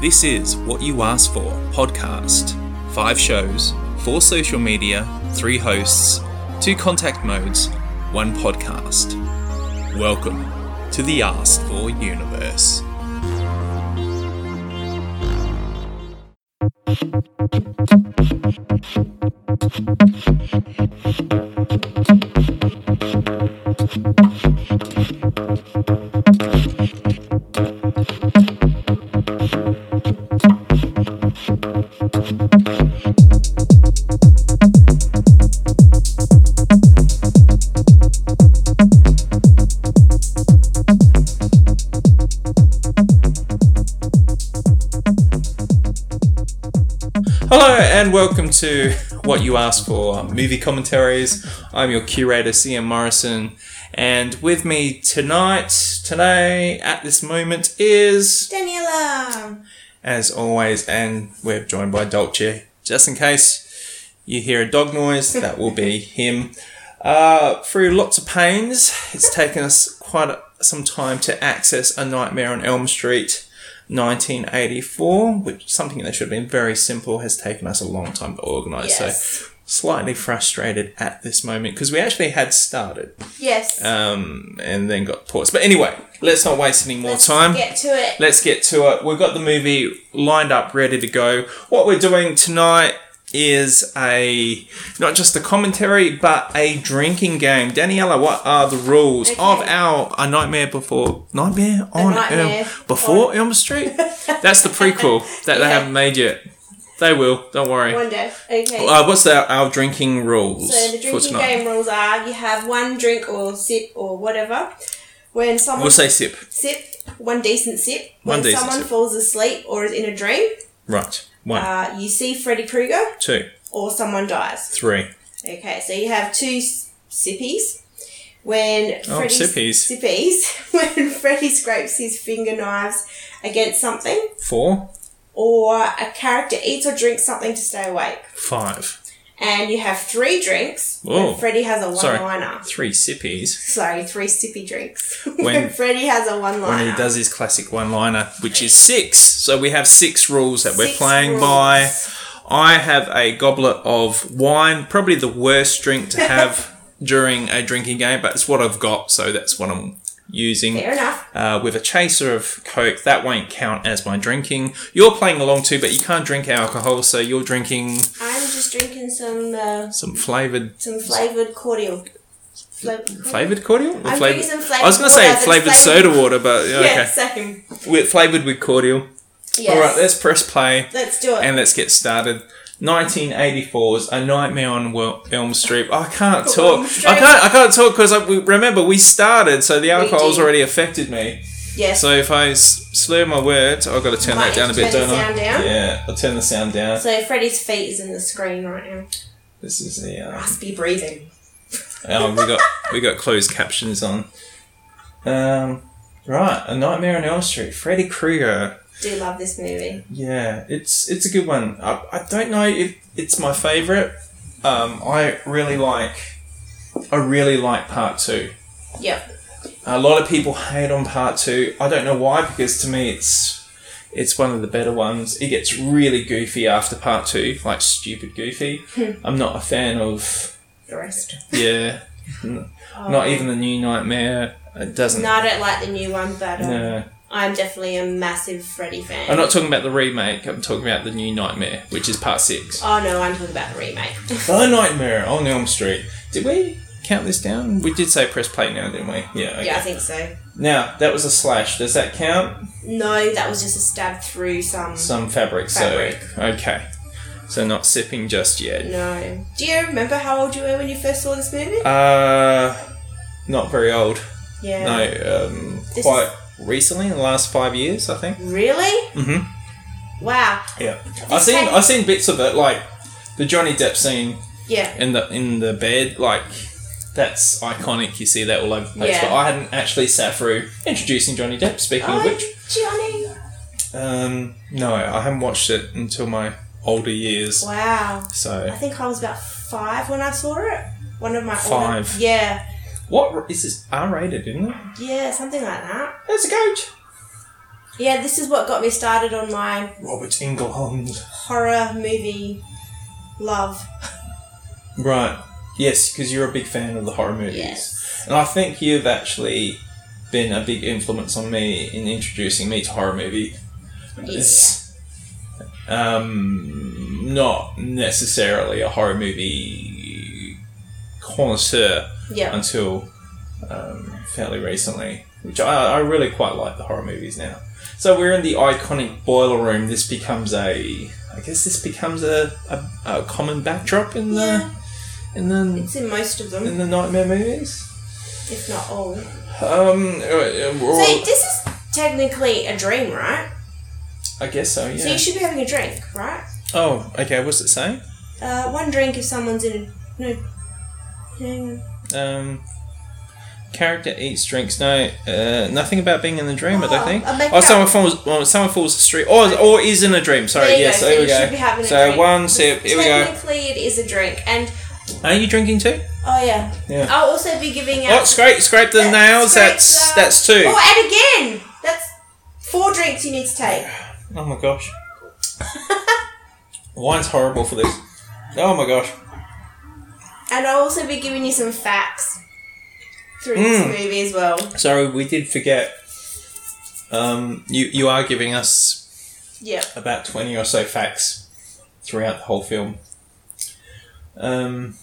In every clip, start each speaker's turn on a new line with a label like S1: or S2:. S1: This is What You Asked For podcast. Five shows, four social media, three hosts, two contact modes, one podcast. Welcome to the Asked For universe. Hello and welcome to What You Asked For movie commentaries. I'm your curator, CM Morrison, and with me tonight, today, at this moment is,
S2: Daniela!
S1: as always, and we're joined by Dolce. Just in case you hear a dog noise, that will be him. Uh, through lots of pains, it's taken us quite a- some time to access A Nightmare on Elm Street. 1984, which something that should have been very simple has taken us a long time to organise.
S2: Yes.
S1: So, slightly frustrated at this moment because we actually had started
S2: Yes.
S1: um, and then got paused. But anyway, let's not waste any more time.
S2: Get to it.
S1: Let's get to it. We've got the movie lined up, ready to go. What we're doing tonight is a not just a commentary but a drinking game. Daniela, what are the rules
S2: Okay.
S1: of our A Nightmare Before Nightmare on
S2: Nightmare
S1: Elm Before Elm Street? That's the prequel that they
S2: Yeah.
S1: haven't made yet. They will. Don't worry.
S2: One day. Okay.
S1: Uh, what's our, our drinking rules
S2: so the
S1: for
S2: drinking
S1: tonight?
S2: game rules are you have one drink or sip or whatever. When someone
S1: We'll say sip.
S2: sip, one decent sip.
S1: One
S2: when
S1: decent
S2: someone
S1: sip.
S2: falls asleep or is in a dream,
S1: Right. One,
S2: uh, you see Freddy Krueger
S1: two,
S2: or someone dies.
S1: three.
S2: Okay, so you have two s- sippies. When
S1: Oh,
S2: Freddy
S1: sippies.
S2: sippies. When Freddy scrapes his finger knives against something,
S1: four,
S2: or a character eats or drinks something to stay awake.
S1: five,
S2: and you have three drinks.
S1: Whoa.
S2: When Freddie has a
S1: Sorry.
S2: one-liner.
S1: three sippies.
S2: Sorry, three sippy drinks. When,
S1: When-
S2: Freddie has a one-liner.
S1: When he does his classic one liner, which is six. So we have six rules that we we're
S2: Six
S1: playing
S2: rules.
S1: by. I have a goblet of wine, probably the worst drink to have during a drinking game, but it's what I've got, so that's what I'm using.
S2: Fair enough.
S1: Uh, with a chaser of Coke, that won't count as my drinking. You're playing along too, but you can't drink alcohol, so you're drinking
S2: I'm just drinking some uh,
S1: some flavoured
S2: some flavored cordial. Fla-
S1: Flavored cordial? Or
S2: I'm
S1: flavoured-
S2: drinking some flavoured
S1: I was going to
S2: water,
S1: say
S2: but
S1: flavored
S2: it's
S1: soda
S2: flavoured-
S1: water, but yeah,
S2: Yeah,
S1: okay.
S2: same.
S1: With, flavored with cordial.
S2: Yes.
S1: All right, let's press play
S2: Let's do it.
S1: and let's get started. 1984's A Nightmare on Wel- Elm Street. I can't talk.
S2: Elm Street.
S1: I can't. I can't talk because remember we started, so the alcohol's
S2: did.
S1: already affected me.
S2: yes.
S1: So if I s- slur my words, I've got to turn
S2: Might
S1: that down a
S2: have
S1: bit,
S2: to turn
S1: don't
S2: the
S1: I?
S2: sound down.
S1: Yeah, I'll turn the sound down.
S2: So Freddie's feet is in the screen right now.
S1: This is the. Uh,
S2: Must be breathing.
S1: Oh, we got we got closed captions on. Um, right, A Nightmare on Elm Street, Freddy Krueger.
S2: Do love this movie.
S1: Yeah, it's it's a good one. I, I don't know if it's my favorite. Um, I really like I really like part two.
S2: Yep.
S1: A lot of people hate on part two. I don't know why, because to me it's it's one of the better ones. It gets really goofy after part two, like stupid goofy. I'm not a fan of
S2: The rest.
S1: yeah.
S2: Oh.
S1: Not even the new nightmare. It doesn't.
S2: No, I don't like the new one, but um,
S1: No.
S2: I'm definitely a massive Freddy fan.
S1: I'm not talking about the remake. I'm talking about the new Nightmare, which is part six.
S2: Oh no, I'm talking about the remake.
S1: The Nightmare on Elm Street. Did we count this down? We did say press play now, didn't we? Yeah. Okay.
S2: Yeah, I think so.
S1: Now that was a slash. Does that count?
S2: No, that was just a stab through some.
S1: Some fabric.
S2: Fabric.
S1: So okay. So not sipping just yet.
S2: No. Do you remember how old you were when you first saw this movie?
S1: Uh, not very old.
S2: yeah.
S1: No. Um,
S2: This
S1: quite recently, in the last five years, I think.
S2: Really?
S1: Mhm.
S2: Wow.
S1: Yeah. I've seen
S2: take-
S1: I've seen bits of it, like the Johnny Depp scene
S2: Yeah.
S1: in the in the bed, like that's iconic. You see that all over the place.
S2: Yeah.
S1: But I hadn't actually sat through introducing Johnny Depp. Speaking of
S2: Oh,
S1: which,
S2: Johnny.
S1: um, no, I haven't watched it until my older years.
S2: Wow. I
S1: So,
S2: think I was about five when I saw it. One of my older-
S1: Five.
S2: yeah.
S1: what r- is this R rated? Isn't it?
S2: Yeah, something like that.
S1: That's a goat.
S2: Yeah, this is what got me started on my
S1: Robert Englund.
S2: horror movie love.
S1: Right. Yes, because you're a big fan of the horror movies.
S2: Yes.
S1: And I think you've actually been a big influence on me in introducing me to horror movie. It's um, not necessarily a horror movie connoisseur
S2: Yeah.
S1: until um, fairly recently, which I, I really quite like the horror movies now. So we're in the iconic boiler room. This becomes a, I guess this becomes a, a, a common backdrop in the
S2: Yeah.
S1: in the
S2: It's in most of
S1: in
S2: them,
S1: the nightmare movies.
S2: if not all.
S1: Um, uh, uh, we're all-
S2: See, this is technically a dream, right?
S1: I guess so. Yeah.
S2: So you should be having a drink, right?
S1: oh, okay. What's it saying?
S2: Uh, one drink if someone's in a. No. Hang on.
S1: Um, character eats, drinks. No, uh, nothing about being in the dream. I
S2: Oh,
S1: don't think.
S2: I make
S1: Oh,
S2: out-
S1: someone falls. Well, someone falls astray, or or is in a dream. Sorry.
S2: There you
S1: yes.
S2: go.
S1: There
S2: so
S1: we
S2: you
S1: go.
S2: should be having a
S1: so
S2: drink.
S1: one sip. Here we go.
S2: Technically, it is a drink, and
S1: Are you drinking too?
S2: oh yeah,
S1: Yeah.
S2: I'll also be giving out.
S1: Oh, scrape, scrape the
S2: Yeah,
S1: nails.
S2: scrape
S1: that's
S2: the-
S1: that's two. Oh,
S2: Oh, and again, that's four drinks you need to take.
S1: Oh my gosh. Wine's horrible for this. Oh my gosh.
S2: And I'll also be giving you some facts through
S1: Mm.
S2: this movie as well.
S1: Sorry, we did forget. Um, you you are giving us
S2: Yeah.
S1: about 20 or so facts throughout the whole film. Um,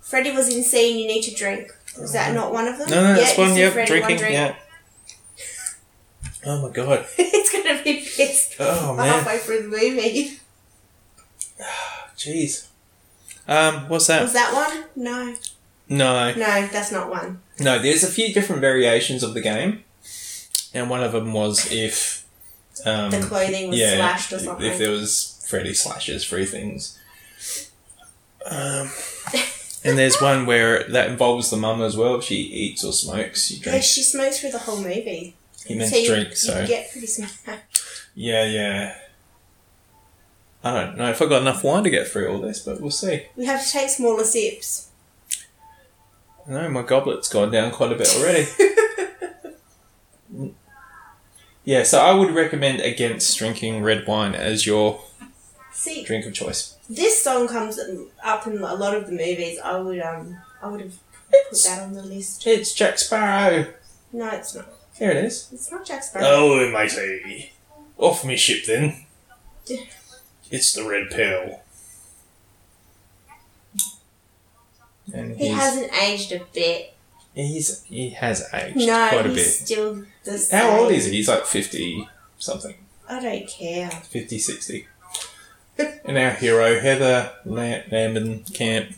S2: Freddie was insane, you need to drink. Is that not one of them?
S1: no, no, that's
S2: you
S1: one,
S2: see
S1: yep,
S2: Freddy,
S1: drinking,
S2: one drink.
S1: yeah. Oh my god.
S2: it's gonna be pissed
S1: Oh man,
S2: halfway through the movie.
S1: jeez. Um, what's that?
S2: Was that one? No.
S1: No,
S2: No, that's not one.
S1: no, there's a few different variations of the game, and one of them was if. Um,
S2: The clothing was
S1: yeah,
S2: slashed or something.
S1: If there was Freddy slashes, free things. Um, and there's one where that involves the mum as well. If she eats or smokes, she
S2: Yeah,
S1: drinks.
S2: she smokes through the whole movie.
S1: He meant
S2: so you,
S1: drink,
S2: you
S1: so
S2: get pretty smacked.
S1: yeah, yeah. I don't know if I got enough wine to get through all this, but we'll see.
S2: We have to take smaller sips.
S1: No, my goblet's gone down quite a bit already. yeah, so I would recommend against drinking red wine as your
S2: See,
S1: drink of choice.
S2: this song comes up in a lot of the movies. I would um, I would have put that on the list.
S1: It's Jack Sparrow.
S2: No, it's not.
S1: There it is.
S2: It's not Jack Sparrow.
S1: Oh, matey. Off me ship then. It's the red pill. And
S2: he
S1: he's,
S2: hasn't aged a bit.
S1: he's he has aged
S2: No,
S1: quite a
S2: he's
S1: bit.
S2: still the same.
S1: How old is he? He's like 50 something,
S2: I don't care.
S1: 50, 60. and our hero, Heather Lam- Lambin Camp.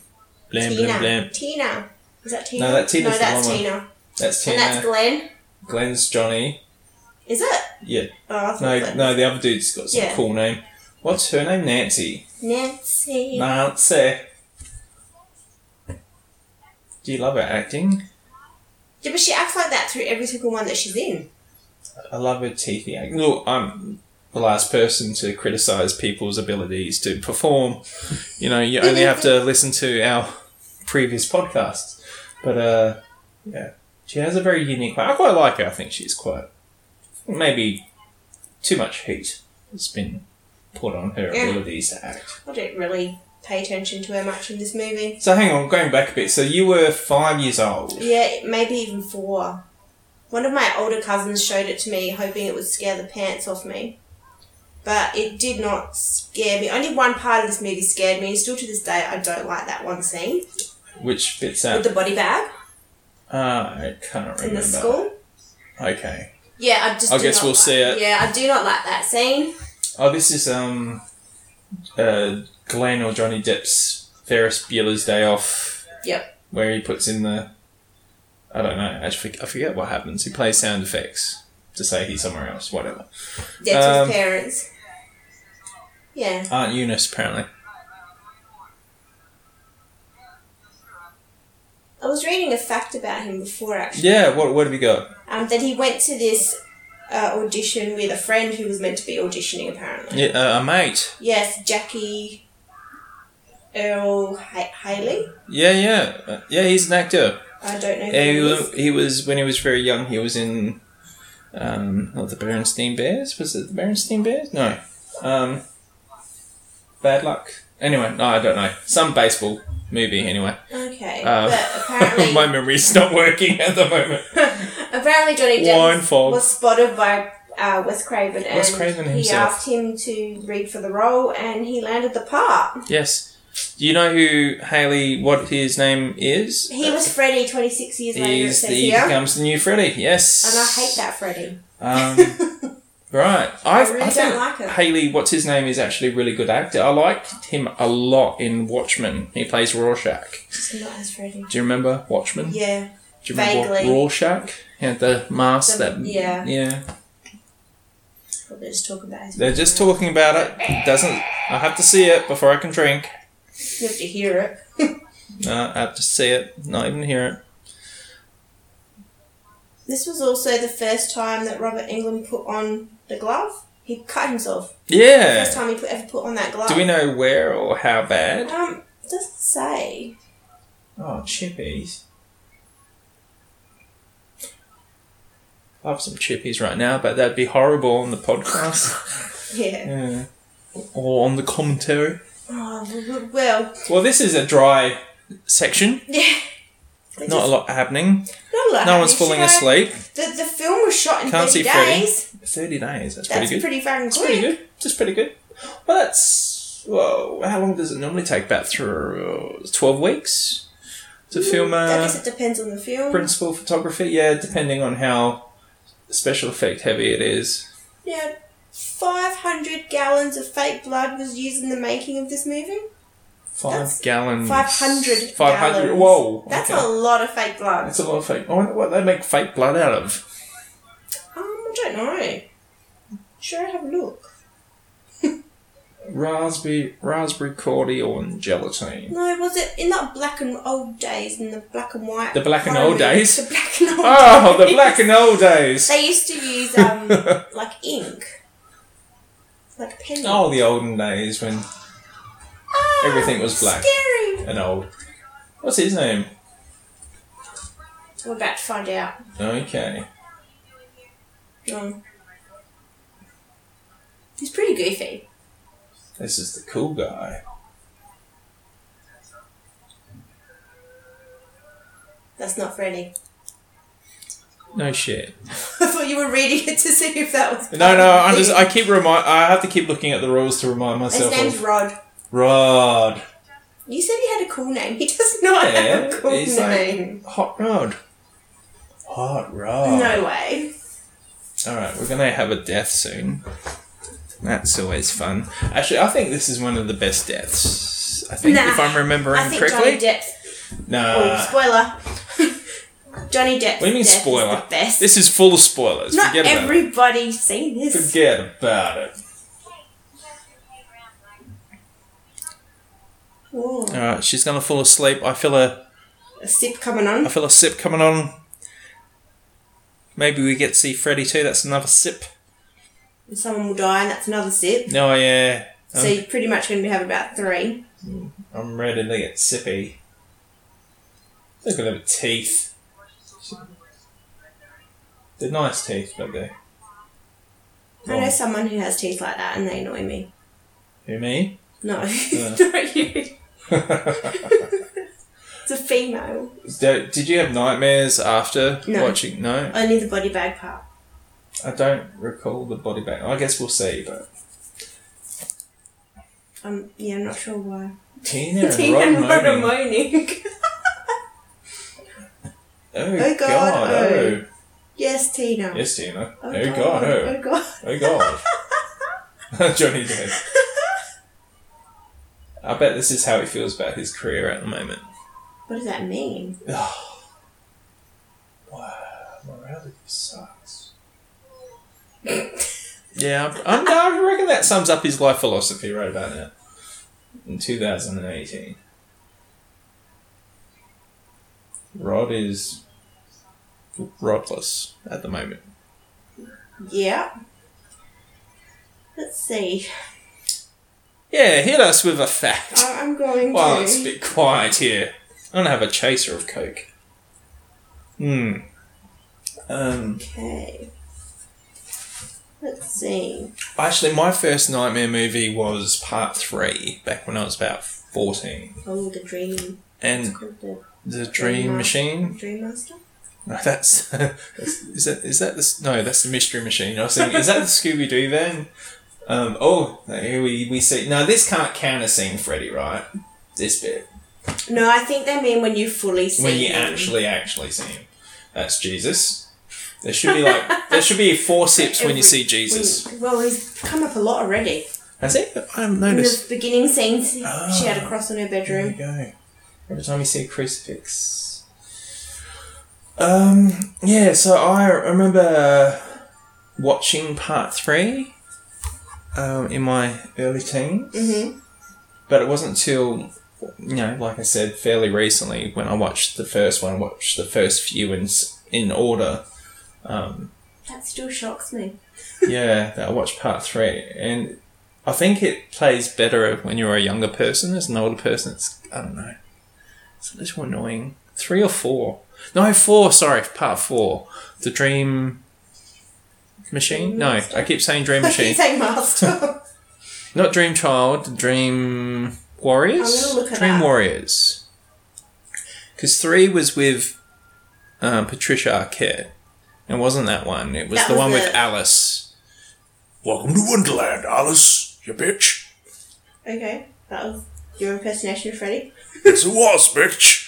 S1: Lambin
S2: Tina.
S1: Lamb.
S2: Tina. Is that Tina?
S1: No, that Tina's
S2: No,
S1: the
S2: that's
S1: wrong one.
S2: Tina.
S1: That's Tina.
S2: And that's Glenn.
S1: Glenn's Johnny.
S2: Is it?
S1: Yeah.
S2: Oh, I thought
S1: No,
S2: Glenn.
S1: no, the other dude's got some
S2: Yeah.
S1: cool name. What's her name? Nancy.
S2: Nancy.
S1: Nancy. Do you love her acting?
S2: Yeah, but she acts like that through every single one that she's in.
S1: I love her teethy acting. Look, I'm the last person to criticise people's abilities to perform. You know, you only have to listen to our previous podcasts. But, uh, yeah, she has a very unique way. I quite like her. I think she's quite, maybe too much heat has been put on her
S2: Yeah.
S1: abilities to act.
S2: I don't really pay attention to her much in this movie.
S1: So hang on, going back a bit. So you were five years old.
S2: Yeah, maybe even four. One of my older cousins showed it to me, hoping it would scare the pants off me. But it did not scare me. Only one part of this movie scared me, and still to this day, I don't like that one scene
S1: Which fits
S2: with
S1: out?
S2: the body bag
S1: Ah, I can't remember.
S2: in the school.
S1: Okay.
S2: Yeah, I just.
S1: I
S2: do
S1: guess
S2: not
S1: we'll
S2: like-
S1: see it.
S2: Yeah, I do not like that scene.
S1: Oh, this is um, uh, Glenn or Johnny Depp's Ferris Bueller's Day Off.
S2: Yep.
S1: Where he puts in the, I don't know. Actually, I forget what happens. He plays sound effects to say he's somewhere else. Whatever.
S2: Death to
S1: Um,
S2: his parents. Yeah.
S1: Aunt Eunice apparently.
S2: I was reading a fact about him before actually.
S1: Yeah. What What have you got?
S2: Um, that he went to this uh, audition with a friend who was meant to be auditioning apparently.
S1: Yeah, uh, a mate.
S2: Yes, Jackie Earl H- Haley.
S1: Yeah, yeah, Uh, yeah. He's an actor.
S2: I don't know. Who
S1: Yeah, he
S2: he
S1: was,
S2: is.
S1: he was when he was very young. He was in um, or the Berenstain Bears. Was it the Berenstain Bears? No. Um, bad luck. Anyway, no, I don't know. Some baseball movie, anyway.
S2: Okay,
S1: Um,
S2: but apparently,
S1: My memory's not working at the moment.
S2: apparently Johnny
S1: Wine
S2: Depp
S1: fog.
S2: was spotted by uh, Wes Craven, and
S1: Wes Craven
S2: he
S1: himself.
S2: asked him to read for the role, and he landed the part.
S1: Yes. Do you know who Haley, what his name is?
S2: He was Freddy 26 years later. It
S1: He's
S2: says
S1: the, he
S2: here, and
S1: becomes the new Freddy, yes.
S2: I hate that Freddy.
S1: Um, right. I,
S2: really
S1: I think
S2: don't like it.
S1: Haley, what's his name, is actually a really good actor. I liked him a lot in Watchmen. He plays Rorschach.
S2: Just not as Freddy.
S1: Do you remember Watchmen?
S2: Yeah,
S1: Do you remember
S2: vaguely.
S1: Rorschach? He had the mask
S2: The-
S1: that.
S2: yeah.
S1: Yeah.
S2: well, they're just talking about his.
S1: They're just talking about it. It Doesn't. I have to see it before I can drink.
S2: You have to hear it.
S1: No, I have to see it, not even hear it.
S2: This was also the first time that Robert England put on the glove. He cut himself. First
S1: Yeah.
S2: time he put, ever put on that glove.
S1: Do we know where or how bad?
S2: Um, it doesn't say.
S1: Oh, chippies. Love some chippies right now, but that'd be horrible on the podcast.
S2: Yeah.
S1: yeah. Or on the commentary.
S2: Oh, w- w- well,
S1: Well, this is a dry section.
S2: yeah. It's
S1: Not a
S2: just-
S1: lot happening.
S2: not a lot
S1: No one's
S2: happening.
S1: falling
S2: You know,
S1: asleep.
S2: The, the film was shot in
S1: Can't
S2: 30
S1: see Freddy.
S2: days.
S1: 30 days. That's,
S2: That's
S1: pretty good.
S2: pretty fucking
S1: It's
S2: quick.
S1: pretty good. Just pretty good. Well, that's well. How long does it normally take? About through twelve weeks to film
S2: I
S1: uh,
S2: guess it depends on the film.
S1: principal photography. Yeah, depending on how special effect heavy it is.
S2: Yeah. 500 gallons of fake blood was used in the making of this movie.
S1: Five
S2: That's
S1: gallons.
S2: 500
S1: Hmm. Five hundred.
S2: gallons.
S1: Whoa.
S2: That's
S1: okay.
S2: a lot of fake blood.
S1: That's a lot of fake. I wonder what they make fake blood out of.
S2: Um, I don't know. Sure, have a look.
S1: Raspberry, raspberry cordial and gelatine.
S2: No, was it in that black and old days in the black and white?
S1: The black and old
S2: horror movies?
S1: days?
S2: The black and old
S1: Oh, the
S2: days.
S1: black and old days.
S2: They used to use um like ink, like a pen.
S1: Oh, the olden days when
S2: Ah,
S1: everything was black.
S2: Scary.
S1: an old. What's his name?
S2: We're about to find out.
S1: Okay.
S2: Um, he's pretty goofy.
S1: This is the cool guy.
S2: That's not Freddy.
S1: No shit.
S2: I thought you were reading it to see if that was.
S1: No, no. I just I keep remind. I have to keep looking at the rules to remind
S2: His
S1: myself.
S2: name's
S1: Of
S2: Rod.
S1: Rod.
S2: You said he had a cool name. He does not have a
S1: Yeah,
S2: cool
S1: he's
S2: name.
S1: like Hot Rod. Hot Rod.
S2: No way.
S1: All right, we're gonna have a death soon. That's always fun. Actually, I think this is one of the best deaths. I think
S2: Nah,
S1: if I'm remembering
S2: I think
S1: correctly.
S2: Johnny Depp.
S1: nah.
S2: oh, spoiler. Johnny
S1: what
S2: Depp.
S1: do you mean
S2: death
S1: spoiler?
S2: Is the best.
S1: This is full of spoilers.
S2: not
S1: Forget about it.
S2: everybody's seen this.
S1: Forget about it. All
S2: Whoa.
S1: right, she's gonna fall asleep. I feel a
S2: A sip coming on.
S1: I feel a sip coming on. Maybe we get to see Freddy too. That's another sip.
S2: And someone will die, and that's another sip.
S1: No, yeah.
S2: So you're pretty much going to have about three.
S1: I'm ready to get sippy. Look at her teeth. They're nice teeth, but they.
S2: I
S1: Oh.
S2: know someone who has teeth like that, and they annoy me.
S1: Who me?
S2: No, not you. It's a female.
S1: Do- Did you have nightmares after
S2: No.
S1: watching? No,
S2: Only the body bag part.
S1: I don't recall the body bag. I guess we'll see. But
S2: Um, yeah, I'm not sure why.
S1: Tina and
S2: Tina
S1: Rod
S2: and Rod are
S1: moaning.
S2: moaning.
S1: Oh,
S2: Oh,
S1: God!
S2: God,
S1: oh.
S2: yes, Tina.
S1: yes, Tina. Oh,
S2: God.
S1: God! Oh.
S2: Oh God.
S1: Oh god. Johnny Depp. I bet this is how he feels about his career at the moment.
S2: What does that mean?
S1: Morality sucks. yeah, I'm, I'm, I reckon that sums up his life philosophy right about now. In 2018. Rod is rodless at the moment.
S2: Yeah. Let's see.
S1: Yeah, hit us with a fact.
S2: I- I'm going
S1: Well,
S2: to.
S1: it's a bit quiet here. I'm gonna have a chaser of coke. Hmm. Um,
S2: Okay. seen.
S1: Actually, my first nightmare movie was part three back when I was about 14.
S2: Oh, the dream.
S1: And
S2: The
S1: The Dream Machine?
S2: dream master.
S1: No, that's. is that, is that the. s- No, that's the Mystery Machine. I was thinking, is that the Scooby Doo van? Um, oh, here we, we see. No, this can't count as seeing Freddy, right? This bit.
S2: No, I think they mean when you fully see.
S1: when you
S2: him.
S1: actually actually see him. That's Jesus. There should be like there should be four sips when you see Jesus.
S2: When- well, he's come up a lot already.
S1: Has it? I haven't
S2: In
S1: noticed.
S2: the beginning scenes, she
S1: Ah.
S2: had a cross on her
S1: There you
S2: bedroom.
S1: go. Every time you see a crucifix. Um. Yeah. So I remember watching part three. Um, in my early teens,
S2: Mhm.
S1: but it wasn't till you know, like I said, fairly recently when I watched the first one, I watched the first few in s- in order. Um,
S2: That still shocks me.
S1: yeah, that I watched part three, and I think it plays better when you're a younger person. As an older person, it's I don't know, it's a little annoying. Three or four? No, four. Sorry, part four. The dream machine. No, I keep saying dream
S2: I keep
S1: machine.
S2: saying master.
S1: Not dream child. Dream warriors.
S2: I'm gonna look it
S1: dream
S2: up.
S1: warriors. Because three was with um, Patricia Arquette. It wasn't that one. It was
S2: That
S1: the
S2: was
S1: one with
S2: the-
S1: Alice.
S3: Welcome to Wonderland, Alice, you bitch.
S2: okay, that was your impersonation of Freddy.
S3: Yes, it was, bitch.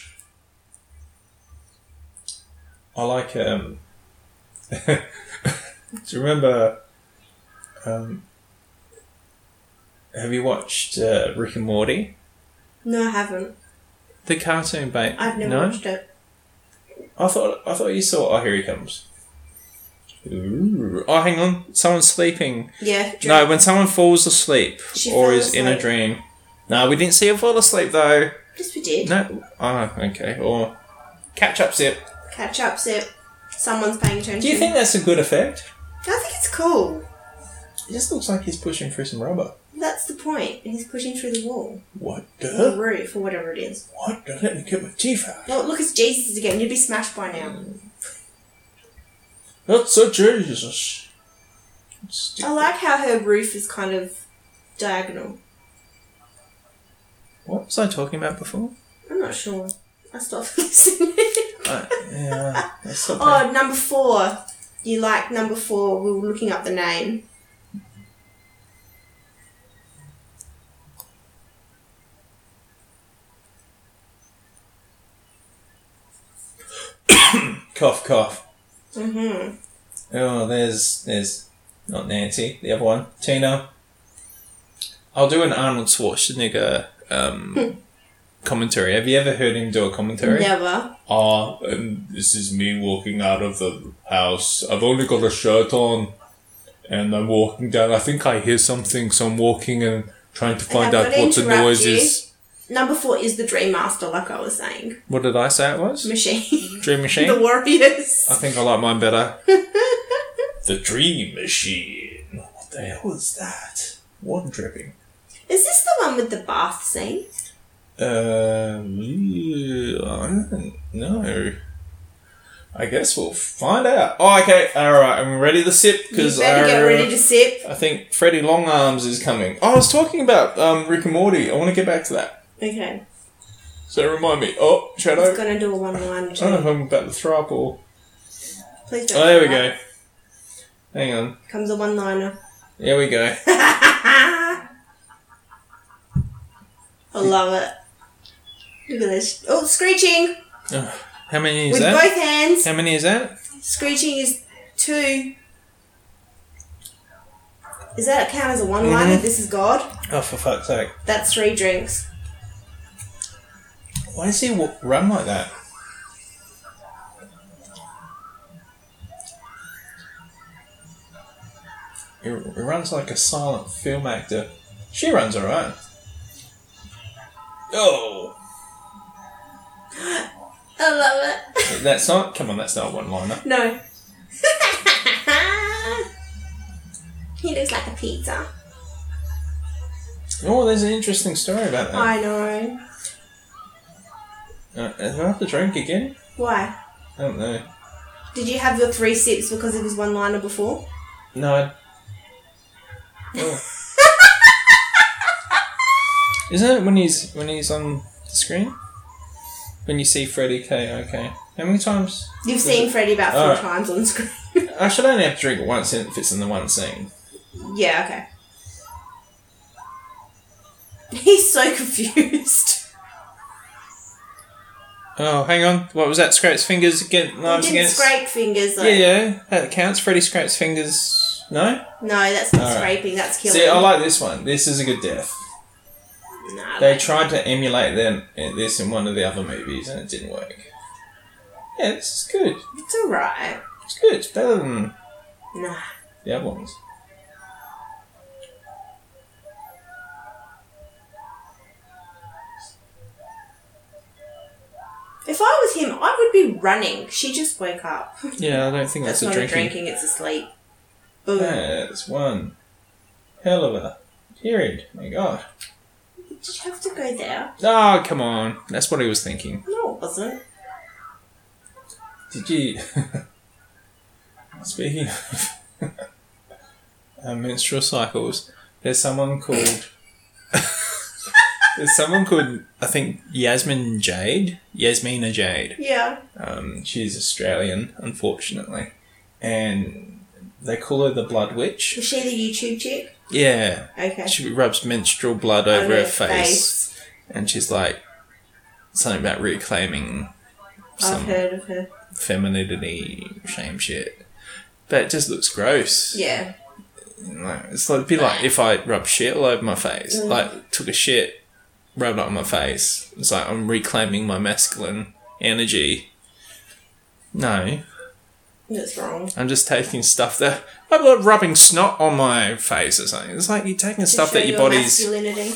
S1: I like um. do you remember? Um, have you watched uh, Rick and Morty?
S2: No, I haven't.
S1: The cartoon, mate.
S2: I've never
S1: no?
S2: watched it.
S1: I thought I thought you saw. Oh, here he comes. Ooh. Oh, hang on. Someone's sleeping.
S2: Yeah.
S1: No, when someone falls asleep
S2: She
S1: or
S2: fell
S1: is in a
S2: asleep.
S1: dream. No, we didn't see her fall asleep though.
S2: Yes, we did.
S1: No. Oh, okay. Or catch up zip.
S2: Catch up, sip. Someone's paying attention.
S1: Do you think that's a good effect?
S2: I think it's cool.
S1: It just looks like he's pushing through some rubber.
S2: That's the point. And he's pushing through the wall,
S3: What
S2: or the
S3: the?
S2: roof, or whatever it is.
S3: What the? Let me get my teeth out.
S2: Well, look, it's Jesus again. You'd be smashed by now.
S1: Mm.
S3: That's a Jesus.
S2: I like how her roof is kind of diagonal.
S1: What was I talking about before?
S2: I'm not sure. I stopped listening.
S1: Uh, yeah, that's not bad.
S2: oh, number four. You like number four? We were looking up the name.
S1: cough, cough.
S2: Mm-hmm.
S1: Oh, there's there's not Nancy, the other one, Tina. I'll do an Arnold Schwarzenegger um, commentary. Have you ever heard him do a commentary?
S2: Never.
S3: Ah, and this is me walking out of the house. I've only got a shirt on, and I'm walking down. I think I hear something, so I'm walking and trying to find
S2: I've
S3: out
S2: got to
S3: what the
S2: interrupt
S3: noise
S2: you.
S3: is.
S2: Number four is the Dream Master, like I was saying.
S1: What did I say it was?
S2: Machine.
S1: Dream
S2: the
S1: Machine.
S2: Warriors.
S1: I think I like mine better.
S3: The dream machine. What the hell is that?
S1: Water dripping.
S2: Is this the one with the bath scene?
S1: Um, I don't know. I guess we'll find out. Oh, okay. All right. I'm ready to sip
S2: You
S1: because
S2: better
S1: I
S2: get ready to sip.
S1: I think Freddie Longarms is coming. Oh, I was talking about um, Rick and Morty. I want to get back to that.
S2: Okay.
S1: So remind me. Oh,
S2: I was
S1: Shadow.
S2: gonna do a one one
S1: I don't know if
S2: too.
S1: I'm about to throw up or.
S2: Please don't.
S1: Oh, there we
S2: do
S1: go.
S2: that.
S1: Hang on.
S2: Comes a one liner.
S1: Here we go.
S2: I love it. Look at this. Oh, screeching
S1: How many is
S2: with
S1: that?
S2: both hands.
S1: How many is that?
S2: Screeching is two. Is that count as a one
S1: Mhm.
S2: liner? This is God.
S1: Oh, for fuck's sake.
S2: That's three drinks.
S1: Why does he w- run like that? He he runs like a silent film actor. She runs alright. Oh!
S2: I love it.
S1: That's not. Come on, that's not a one liner.
S2: No. he looks like a pizza.
S1: Oh, there's an interesting story about that.
S2: I know.
S1: Uh, do I have to drink again?
S2: Why?
S1: I don't know.
S2: Did you have your three sips because it was one liner before?
S1: No, I
S2: Oh.
S1: Isn't it when he's when he's on the screen? When you see Freddy K, okay. How many times?
S2: You've seen Freddy about four
S1: Alright.
S2: times on screen.
S1: I should only have to drink it once if it's in the one scene.
S2: yeah, okay. He's so confused.
S1: Oh, hang on. What was that? Scrapes fingers again.
S2: He
S1: Knives
S2: didn't
S1: against.
S2: scrape fingers though.
S1: Yeah, yeah. That counts. Freddy scrapes fingers. No.
S2: No, that's not
S1: Alright.
S2: scraping, that's killing.
S1: See, I like this one. This is a good death.
S2: Nah,
S1: They
S2: like-
S1: tried to emulate them this in one of the other movies, and it didn't work. Yeah, this is good.
S2: it's alright.
S1: It's good. It's better than
S2: Nah.
S1: the other ones.
S2: If I was him, I would be running. She just woke up.
S1: Yeah, I don't think
S2: That's
S1: that's,
S2: not
S1: a drinking.
S2: a drinking, it's a sleep. Boom.
S1: That's one hell of a period. My God.
S2: Did you have to go there?
S1: Oh, come on. That's what he was thinking.
S2: No, it wasn't.
S1: Did you? Speaking of uh, menstrual cycles, there's someone called. there's someone called I think Yasmin Jade. Yasmina Jade.
S2: Yeah.
S1: Um, she's Australian, unfortunately, and they call her the Blood Witch.
S2: Was she the YouTube chick?
S1: Yeah,
S2: Okay.
S1: she rubs menstrual blood over
S2: On
S1: her face. and she's like something about reclaiming
S2: I've
S1: some
S2: heard of her.
S1: femininity shame shit. But it just looks gross.
S2: Yeah.
S1: Like, it's like it'd be like if I rubbed shit all over my face.
S2: Mm.
S1: Like took a shit, rubbed it on my face. It's like I'm reclaiming my masculine energy. No,
S2: That's wrong.
S1: I'm just taking stuff that I'm like rubbing snot on my face or something. It's like you're taking stuff
S2: To
S1: that
S2: show
S1: your body's
S2: Masculinity.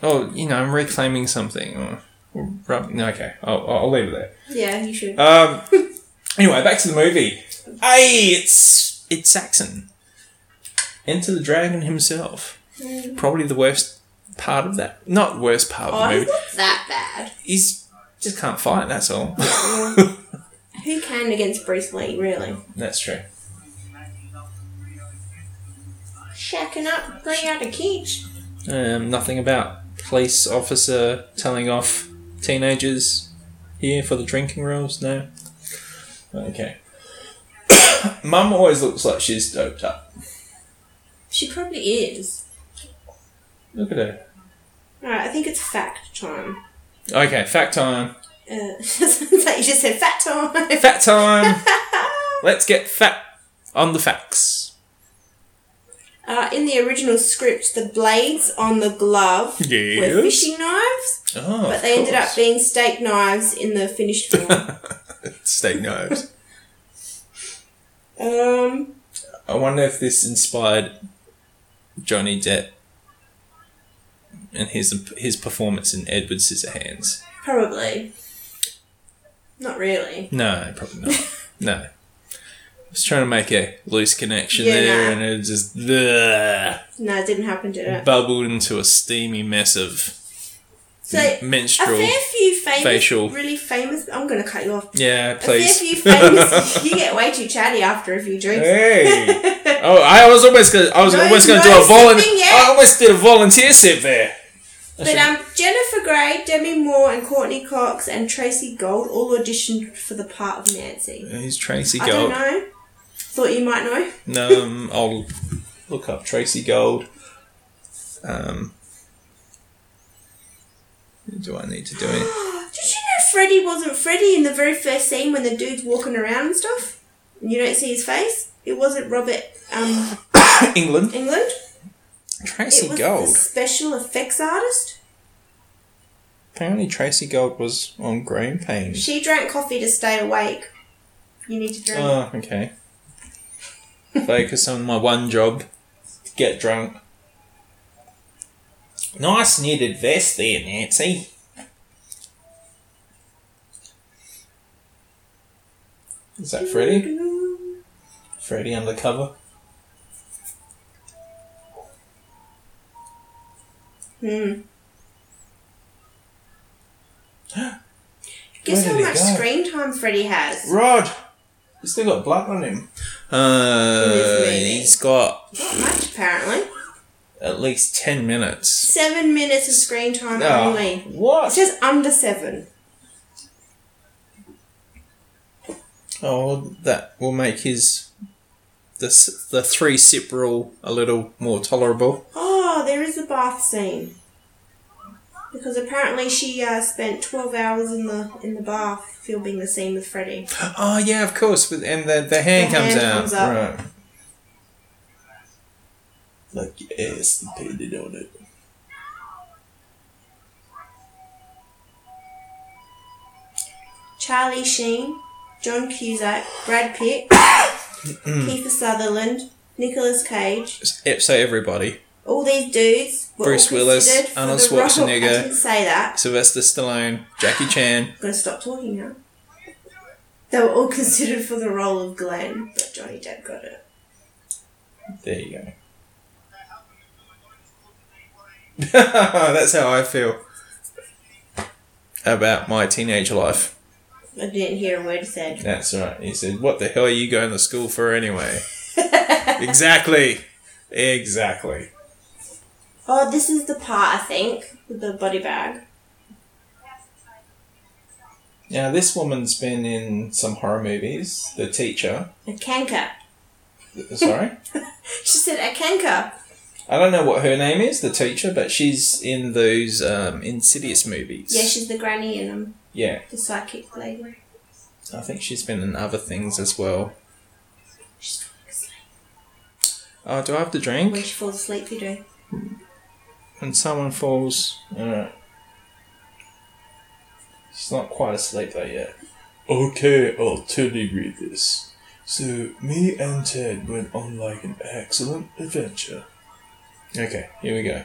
S1: oh you know I'm reclaiming something or, or rub. No, okay, I'll, I'll leave it there.
S2: Yeah, you should.
S1: Um, anyway, back to the movie. Hey, it's it's Saxon. Enter the dragon himself. Probably the worst part of that. Not worst part of
S2: oh,
S1: the
S2: he's
S1: movie.
S2: not that bad.
S1: He's just can't fight. That's all.
S2: Who can against Bruce Lee, really?
S1: that's true.
S2: Shacking up, bring out a kid.
S1: Um, nothing about police officer telling off teenagers here for the drinking rules. No. Okay. Mum always looks like she's doped up.
S2: She probably is.
S1: Look at her.
S2: Alright, I think it's fact time.
S1: Okay, fact time.
S2: Uh, sounds like you just said fat time.
S1: Fat time. Let's get fat on the facts.
S2: Uh, in the original script, the blades on the glove were
S1: Yes.
S2: fishing knives,
S1: Oh,
S2: but they ended up being steak knives in the finished film.
S1: steak knives.
S2: um,
S1: I wonder if this inspired Johnny Depp and his his performance in Edward Scissorhands.
S2: probably. Not really.
S1: No, probably not. no. I was trying to make a loose connection
S2: Yeah,
S1: there,
S2: nah.
S1: and it just bleh,
S2: No, it didn't happen, did it?
S1: bubbled into a steamy mess of
S2: So, a
S1: menstrual.
S2: fair few famous,
S1: facial.
S2: really famous. I'm going to cut you off.
S1: yeah,
S2: A fair
S1: please.
S2: few famous. you get way too chatty after a few drinks.
S1: Hey! oh, I was almost gonna. I was
S2: No,
S1: almost gonna
S2: no
S1: do a
S2: sipping
S1: volunteer.
S2: yet.
S1: I almost did a volunteer sip there.
S2: But um, Jennifer Grey, Demi Moore, and Courtney Cox and Tracy Gold all auditioned for the part of Nancy.
S1: Who's Tracy
S2: I don't
S1: Gold?
S2: know. Thought you might know.
S1: No, um, I'll look up Tracy Gold. Um, who do I need to do it?
S2: Oh, Did you know Freddy wasn't Freddy in the very first scene when the dude's walking around and stuff? And you don't see his face? It wasn't Robert um,
S1: England.
S2: England.
S1: Tracy
S2: It was the
S1: Gold.
S2: special effects artist.
S1: Apparently, Tracy Gold was on green pain.
S2: She drank coffee to stay awake. You need to drink.
S1: Oh, okay. Focus on my one job. Get drunk. Nice knitted vest there, Nancy. Is that Freddy? Freddy undercover?
S2: Hmm.
S1: Where
S2: Guess how
S1: did it
S2: much
S1: go?
S2: screen time Freddy has?
S1: Rod! He's still got blood on him.
S2: In
S1: Uh,
S2: this movie.
S1: he's got
S2: Not much, apparently.
S1: at least 10 minutes.
S2: Seven minutes of screen time
S1: Oh,
S2: only. It
S1: what?
S2: says under seven.
S1: Oh, well, that will make his the s- the three sip rule a little more tolerable.
S2: Oh, there is the bath scene. Because apparently she uh, spent twelve hours in the in the bath filming the scene with Freddie.
S1: Oh yeah, of course. With and the the hand
S2: The
S1: comes
S2: hand
S1: out.
S2: comes up.
S1: Right. Like your ass depended on it.
S2: Charlie Sheen, John Cusack, Brad Pitt, Kiefer Sutherland, Nicolas Cage.
S1: eh, So everybody,
S2: All these dudes were
S1: Bruce
S2: all
S1: Willis,
S2: considered for
S1: Arnold
S2: the role.
S1: Schwarzenegger.
S2: I didn't say that.
S1: Sylvester Stallone, Jackie Chan.
S2: I'm gonna stop talking now. They were all considered for the role of Glenn, but Johnny Depp got it.
S1: There you go. That's how I feel about my teenage life.
S2: I didn't hear a word he said.
S1: That's right. He said, "What the hell are you going to school for anyway?" exactly. Exactly.
S2: Oh, this is the part I think with the body bag.
S1: Now this woman's been in some horror movies. The teacher.
S2: A canker.
S1: Sorry.
S2: She said a canker.
S1: I don't know what her name is, the teacher, but she's in those um, Insidious movies.
S2: Yeah, she's the granny in them,
S1: yeah,
S2: the psychic lady.
S1: I think she's been in other things as well.
S2: She's falling asleep.
S1: Oh, do I have to
S2: When
S1: drink?
S2: she falls asleep, you do.
S1: When someone falls. Alright. She's not quite asleep though yet.
S3: Okay, I'll totally read this. So, me and Ted went on like an excellent adventure.
S1: Okay, here we go.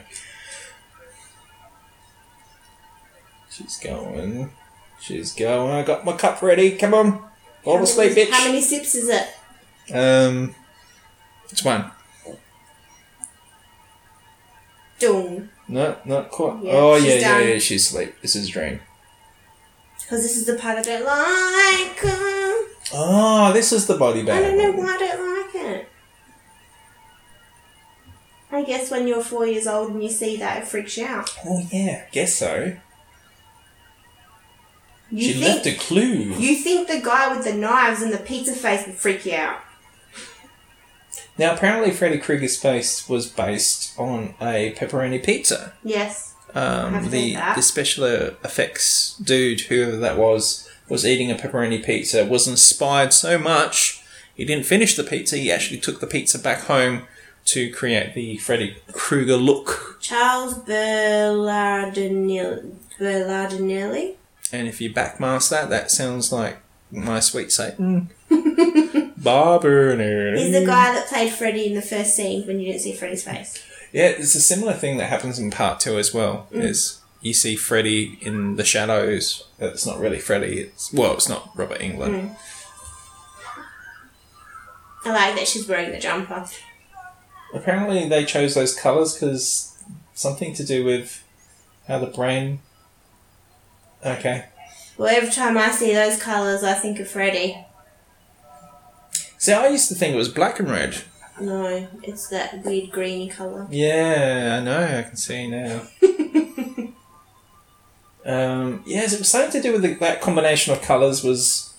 S1: She's going. She's going. I got my cup ready. Come on. Fall asleep, bitch.
S2: How many sips is it?
S1: Um, it's one.
S2: Dawn.
S1: No, not quite.
S2: Yeah,
S1: oh
S2: she's
S1: yeah, yeah,
S2: done.
S1: yeah. She's asleep. This is a dream.
S2: Because this is the part I don't like. um,
S1: Oh, this is the body
S2: I
S1: bag.
S2: don't know why I don't like it. I guess when you're four years old and you see that, it freaks you out.
S1: Oh yeah, I guess so.
S2: You
S1: she
S2: think,
S1: left a clue.
S2: You think the guy with the knives and the pizza face would freak you out?
S1: Now apparently, Freddy Krueger's face was based on a pepperoni pizza.
S2: Yes. I've
S1: Um,
S2: heard
S1: the
S2: that.
S1: the special effects dude, whoever that was, was eating a pepperoni pizza. Was inspired so much, he didn't finish the pizza. He actually took the pizza back home to create the Freddy Krueger look.
S2: Charles Berlardinelli. Berlardinelli?
S1: And if you backmask that, that sounds like my sweet Satan. Barber
S2: He's the guy that played Freddy in the first scene when you didn't see Freddy's face.
S1: Yeah, it's a similar thing that happens in part two as well.
S2: Mm.
S1: Is you see Freddy in the shadows. It's not really Freddy. It's well, it's not Robert England.
S2: Mm. I like that she's wearing the jumper.
S1: Apparently, they chose those colors because something to do with how the brain. Okay.
S2: Well, every time I see those colours, I think of Freddy.
S1: See, I used to think it was black and red.
S2: No, it's that weird greeny colour.
S1: Yeah, I know. I can see now. um, yes, it was something to do with the, that combination of colours was,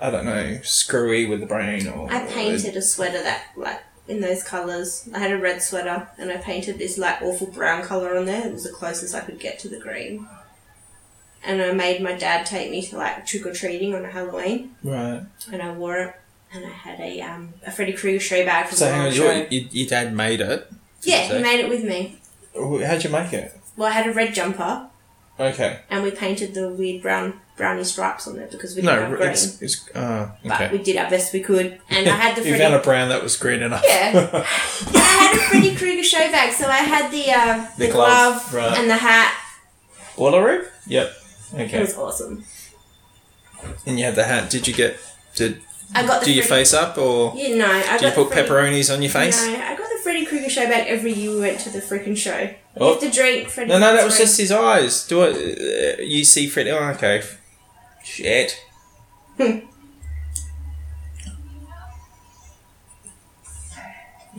S1: I don't know, screwy with the brain or.
S2: I painted a sweater that, like, in those colours. I had a red sweater and I painted this, like, awful brown colour on there. It was the closest I could get to the green. And I made my dad take me to, like, trick or treating on Halloween.
S1: Right.
S2: And I wore it. And I had a um, a Freddy Krueger show bag from
S1: So hang on,
S2: the
S1: your,
S2: show.
S1: your, your dad made it.
S2: Yeah,
S1: So-
S2: he made it with me.
S1: Oh, How'd you make it?
S2: Well, I had a red jumper
S1: Okay.
S2: and we painted the weird brown brownie stripes on it because we didn't
S1: No,
S2: have green.
S1: it's. it's uh,
S2: But
S1: okay.
S2: we did our best we could. And I had the
S1: you
S2: Freddy
S1: found a brown that was green enough.
S2: Yeah. I had a Freddy Krueger show bag, so I had the uh,
S1: The
S2: the,
S1: glove,
S2: glove,
S1: right.
S2: and the hat.
S1: Wallaroo? Yep.
S2: It
S1: Okay.
S2: was awesome.
S1: And you had the hat. Did you get. Did
S2: I got the
S1: do your
S2: Freddy-
S1: face up or
S2: Yeah, no, I
S1: do you
S2: got
S1: put
S2: the Freddy-
S1: pepperonis on your face?
S2: No, I got the Freddy Krueger show bag every year we went to the freaking show.
S1: Oh.
S2: You have to drink Freddy.
S1: No, no, that was
S2: Krueger's
S1: just his eyes. Do I, uh, you see Freddy? Oh, okay. Shit.
S2: Hmm.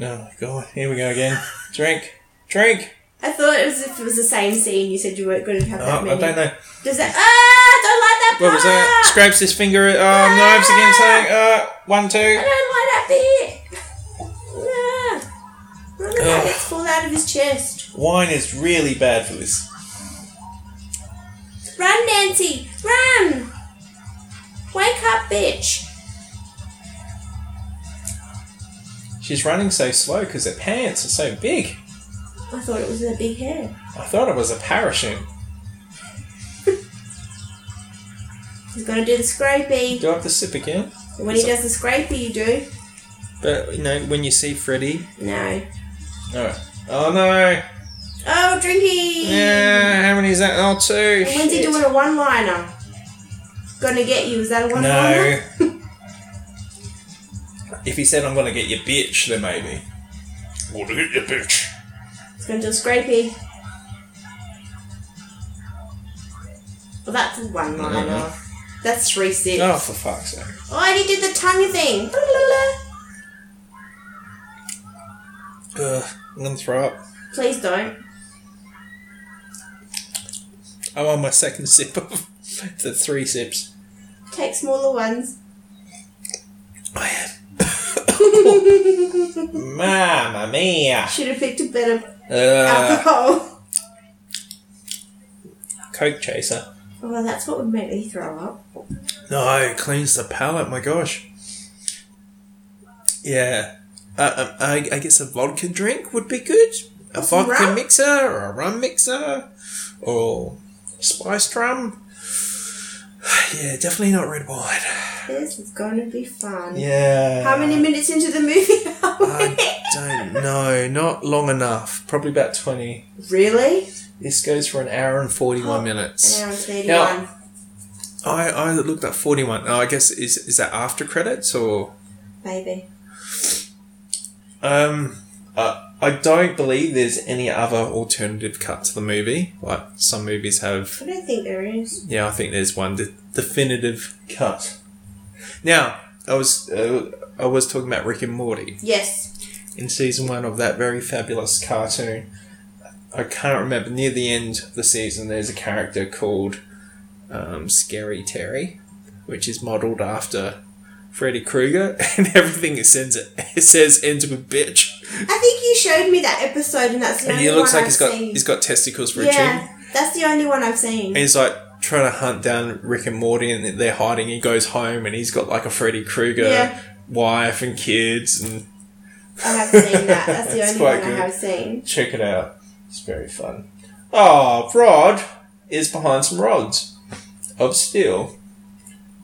S1: oh my god, here we go again. Drink, Drink.
S2: I thought it was if it was the same scene. You said you weren't going to have that
S1: Oh, I
S2: many.
S1: don't know.
S2: Does that? Ah! Don't
S1: What
S2: like that part.
S1: was that? Scrapes his finger. Uh, knives against something. Uh, one,
S2: I
S1: two.
S2: don't like that bit. Nah. Look at that. It's fall out of his chest.
S1: Wine is really bad for this.
S2: Run, Nancy. Run. Wake up, bitch.
S1: She's running so slow because her pants are so big.
S2: I thought it was her big hair.
S1: I thought it was a parachute.
S2: He's gonna do the scrapey.
S1: Do I have to sip again?
S2: When he does the scrapey, you do.
S1: But you know, when you see Freddy,
S2: No.
S1: oh, oh no,
S2: Oh, drinky.
S1: yeah, how many is that? Oh, two.
S2: And When's he
S1: Shit.
S2: doing a one liner? Gonna get you, is that a one
S1: No.
S2: liner?
S1: if he said, "I'm gonna get your bitch," then maybe. Would hit your bitch.
S2: It's gonna do a scrapey. Well, that's a one liner. That's three six.
S1: Oh,
S2: Oh.
S1: for fuck's sake!
S2: and he did the tongue thing. Blah, blah, blah.
S1: Ugh, I'm gonna throw up.
S2: Please don't.
S1: I'm on my second sip of the three sips.
S2: Take smaller ones.
S1: I am. Mamma mia!
S2: Should have picked a better
S1: Uh,
S2: alcohol.
S1: Coke chaser.
S2: Well, that's what would make me throw up.
S1: No, it cleans the palate. My gosh. Yeah, uh, I, I guess a vodka drink would be good. A
S2: some
S1: vodka
S2: rum?
S1: mixer or a rum mixer or spiced rum. Yeah, definitely not red wine.
S2: This is gonna be fun.
S1: Yeah. Um,
S2: How many minutes into the movie are we?
S1: I don't know. Not long enough. Probably about twenty.
S2: really?
S1: This goes for an hour and forty-one minutes.
S2: An hour and 31.
S1: Now- I, I looked up forty-one. Oh, I guess is is that after credits or?
S2: Maybe.
S1: Um, uh, I don't believe there's any other alternative cut to the movie. Like some movies have.
S2: I don't think there is.
S1: Yeah, I think there's one de- definitive cut. Now, I was uh, I was talking about Rick and Morty
S2: Yes.
S1: in season one of that very fabulous cartoon. I can't remember. Near the end of the season, there's a character called um, Scary Terry, which is modelled after Freddy Krueger, and everything it, sends it, it says ends with bitch.
S2: I think you showed me that episode, and that's the
S1: And
S2: only
S1: he looks like
S2: one I've
S1: he's got
S2: seen.
S1: he's got testicles for a chin.
S2: yeah, that's the only one I've seen.
S1: And he's like trying to hunt down Rick and Morty, and they're hiding. He goes home, and he's got like a Freddy Krueger
S2: Yeah.
S1: wife and kids. And
S2: I have seen that. That's the
S1: It's
S2: only one
S1: quite
S2: I
S1: good.
S2: have seen.
S1: check it out; it's very fun. Oh, Rod is behind some rods of steel.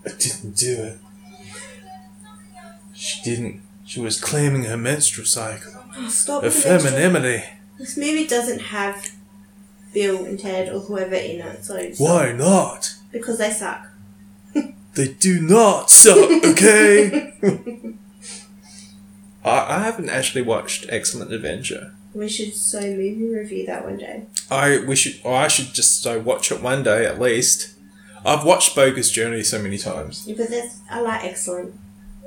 S1: I didn't do it. She didn't. She was claiming her menstrual cycle,
S2: Oh, stop.
S1: her
S2: with the menstrual-
S1: femininity.
S2: This movie doesn't have Bill and Ted or whoever in it, so it's-
S1: Why not?
S2: Because they suck.
S1: They do not suck, okay? I, I haven't actually watched Excellent Adventure.
S2: We should so movie review that one day.
S1: I we should or I should just so watch it one day at least. I've watched Bogus Journey so many times.
S2: Yeah, but that's I like excellent.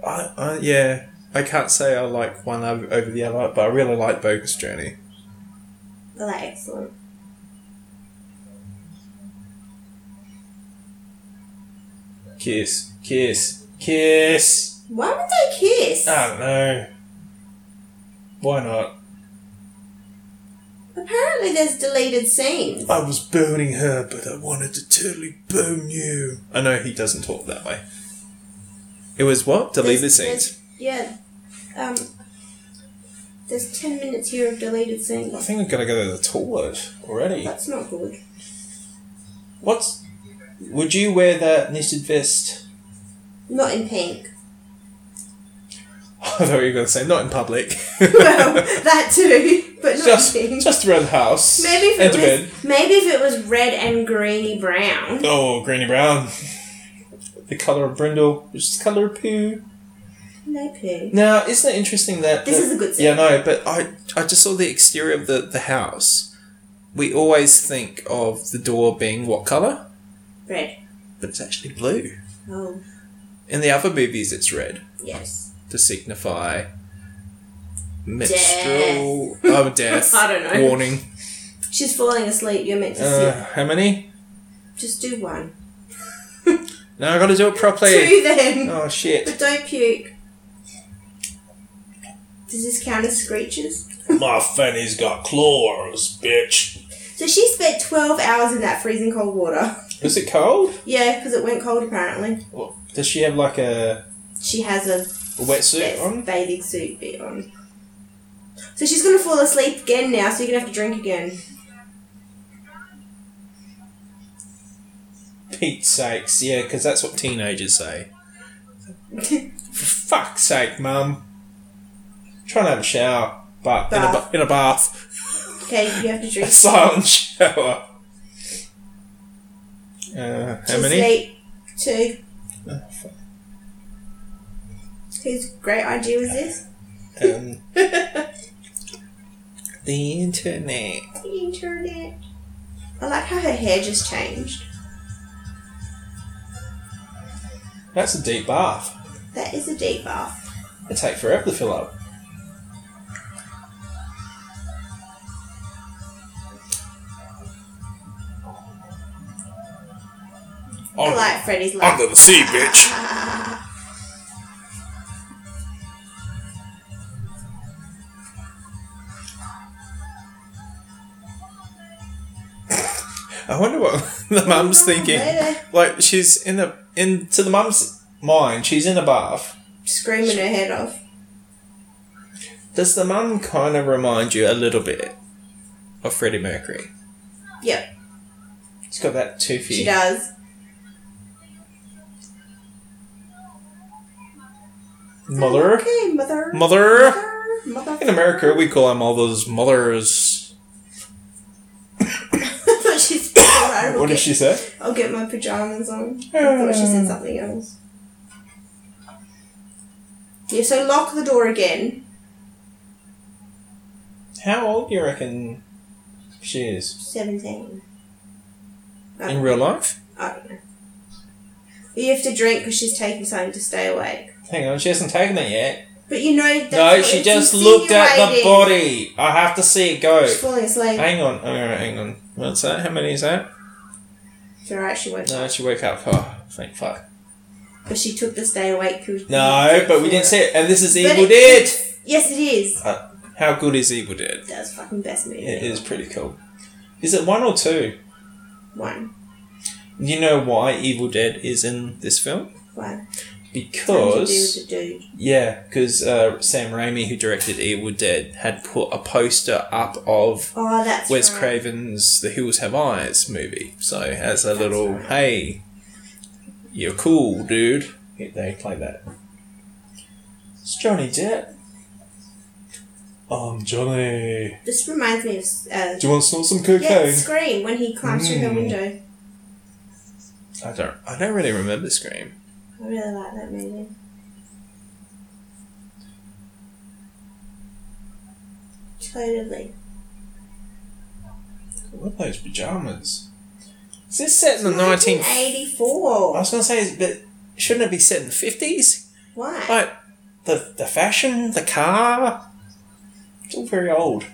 S1: I, I yeah, I can't say I like one over, over the other, but I really like Bogus Journey.
S2: I like excellent.
S1: Kiss, kiss, kiss.
S2: Why would they kiss?
S1: I don't know. Why not?
S2: Apparently, there's deleted scenes.
S1: I was burning her, but I wanted to totally burn you. I know he doesn't talk that way. It was what? Delete the
S2: There's-
S1: scenes.
S2: there's- Yeah. Um. There's ten minutes here of deleted
S1: I
S2: scenes.
S1: think I'm gonna go to the toilet already.
S2: That's not good.
S1: What's. Would you wear that knitted vest?
S2: Not in pink.
S1: I thought you were gonna say not in public.
S2: well, that too, but not
S1: just,
S2: in pink.
S1: just around the house.
S2: Maybe if
S1: and
S2: it
S1: to
S2: was
S1: bed.
S2: maybe if it was red and greeny brown.
S1: Oh, greeny brown. The colour of brindle, which is the colour of poo.
S2: No poo.
S1: Now, isn't it interesting that
S2: This
S1: that-
S2: is a good
S1: Yeah, no, but I I just saw the exterior of the the house. We always think of the door being what color,
S2: Red.
S1: but it's actually blue.
S2: Oh
S1: In the other movies, it's red
S2: yes.
S1: to signify menstrual oh death
S2: I don't know.
S1: warning.
S2: She's falling asleep. You're meant to
S1: Uh,
S2: sit.
S1: how many?
S2: Just do one.
S1: No, I got to do it properly.
S2: Two then.
S1: Oh shit!
S2: But don't puke. Does this count as screeches?
S3: My fanny's got claws, bitch.
S2: So she spent 12 hours in that freezing cold water.
S1: Is it cold?
S2: Yeah, because it went cold apparently.
S1: Does she have like a,
S2: She has a
S1: a wetsuit
S2: best
S1: on?
S2: bathing suit bit on. So she's gonna fall asleep again now, so you're gonna have to drink again.
S1: Pete's sakes, yeah, because that's what teenagers say. For fuck's sake, mum. Trying to have a shower, but in a, ba- in a bath,
S2: Okay, you have to
S1: a
S2: drink.
S1: silent shower. Uh, how
S2: She's
S1: many?
S2: asleep. Two. Whose great idea was this?
S1: Um, the internet.
S2: The internet. I like how her hair just changed.
S1: That's a deep bath.
S2: That is a deep bath.
S1: It take forever to fill up.
S2: I
S1: Oh,
S2: like Freddy's like
S3: the sea, bitch.
S1: I wonder what the mum's thinking.
S2: later.
S1: Like she's in a in to the mum's mind, she's in a bath.
S2: screaming her head off.
S1: Does the mum kind of remind you a little bit of Freddie Mercury?
S2: Yep,
S1: She's got that
S2: she
S1: toothy.
S2: does.
S1: Mother.
S2: Okay, mother.
S1: Mother.
S2: Mother. mother.
S1: In America, we call our mothers mothers.
S2: I thought she said, alright,
S1: What
S2: okay.
S1: did she Ah. say?
S2: I'll get my pajamas on. I thought she said something else. Yeah, so lock the door again.
S1: How old do you reckon she is
S2: 17. I
S1: in
S2: don't,
S1: real life?
S2: I don't know. Oh, You have to drink because she's taking something to stay awake.
S1: Hang on, she hasn't taken it yet.
S2: But you know that's
S1: no,
S2: what
S1: she
S2: it's
S1: just looked at the body.
S2: insinuating.
S1: I have to see it go.
S2: She's falling asleep.
S1: Hang on, all right, hang on. What's that? How many is that?
S2: It's alright, she won't.
S1: No, she woke up. Oh, thank fuck.
S2: But she took the stay awake pill.
S1: No, but we didn't see it. And this is
S2: But
S1: Evil
S2: it-
S1: Dead. Uh,
S2: Yes, it is.
S1: How good is Evil Dead?
S2: That's fucking best movie.
S1: It is pretty cool. Is it one or two?
S2: One.
S1: You know why Evil Dead is in this film?
S2: One. Something to do
S1: Because
S2: with the dude.
S1: yeah, because uh, Sam Raimi, who directed Evil Dead, had put a poster up of
S2: Oh, that's
S1: Wes
S2: right.
S1: Craven's The Hills Have Eyes movie. So as a little,
S2: right.
S1: hey, you're cool, dude. Yeah, They play that. It's Johnny Depp. I'm Johnny.
S2: This reminds me of uh,
S1: Do you want to snort some cocaine?
S2: Yeah, Scream when he climbs through her
S1: Mm.
S2: window.
S1: I don't. I don't really remember Scream.
S2: I really like that movie. Totally.
S1: What are those pajamas? Is this set in the 19? I
S2: 1984.
S1: was gonna say, but shouldn't it be set in the 50s?
S2: Why?
S1: Like the the fashion, the car. It's all very old.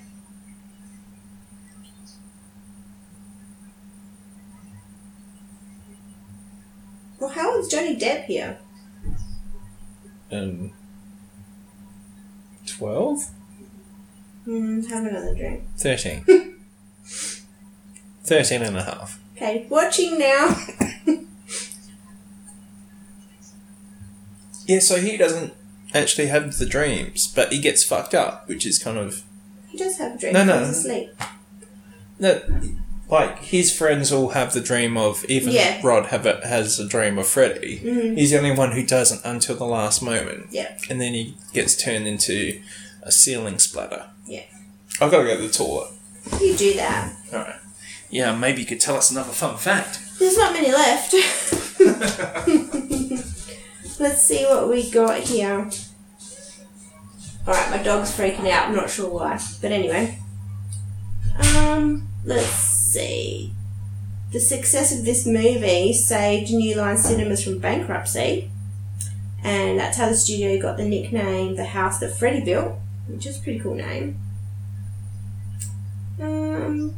S2: Well, how old's Johnny Depp here?
S1: um, 12?
S2: Hmm, have another drink.
S1: 13. 13 and a half.
S2: Okay, watching now.
S1: Yeah, so he doesn't actually have the dreams, but he gets fucked up, which is kind of.
S2: He does have a drink.
S1: No,
S2: he
S1: no.
S2: falls asleep.
S1: No, like, his friends all have the dream of. Even
S2: Yeah. Mm-hmm.
S1: Rod have a, has a dream of Freddy. He's the only one who doesn't until the last moment.
S2: Yeah.
S1: And then he gets turned into a ceiling splatter.
S2: Yeah.
S1: I've got to go to the toilet.
S2: You do that.
S1: Alright. Yeah, maybe you could tell us another fun fact.
S2: There's not many left. Let's see what we got here. Alright, my dog's freaking out. I'm not sure why. But anyway. Um, let's see. The success of this movie saved New Line Cinemas from bankruptcy. And that's how the studio got the nickname The House That Freddy Built which is a pretty cool name. Um,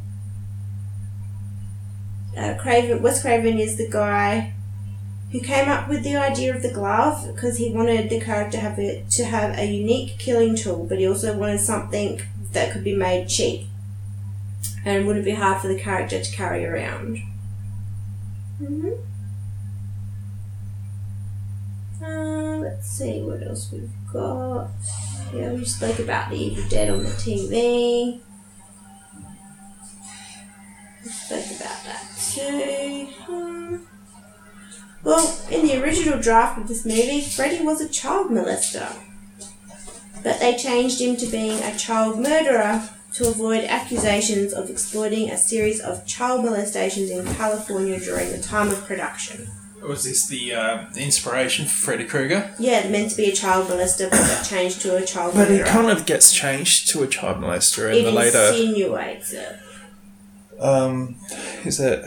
S2: uh, Craven, Wes Craven is the guy who came up with the idea of the glove because he wanted the character have a, to have a unique killing tool, but he also wanted something that could be made cheap and wouldn't be hard for the character to carry around. hmm Uh, let's see what else we've got. Yeah, we spoke about the Evil Dead on the TV. We spoke about that too. Hmm. Well, in the original draft of this movie, Freddy was a child molester. But they changed him to being a child murderer to avoid accusations of exploiting a series of child molestations in California during the time of production.
S1: Was this the uh, inspiration for Freddy Krueger?
S2: Yeah, meant to be a child molester, but got changed to a child
S1: But it
S2: murderer.
S1: kind of gets changed to a child molester in
S2: it
S1: the later.
S2: insinuates it.
S1: Um, is it?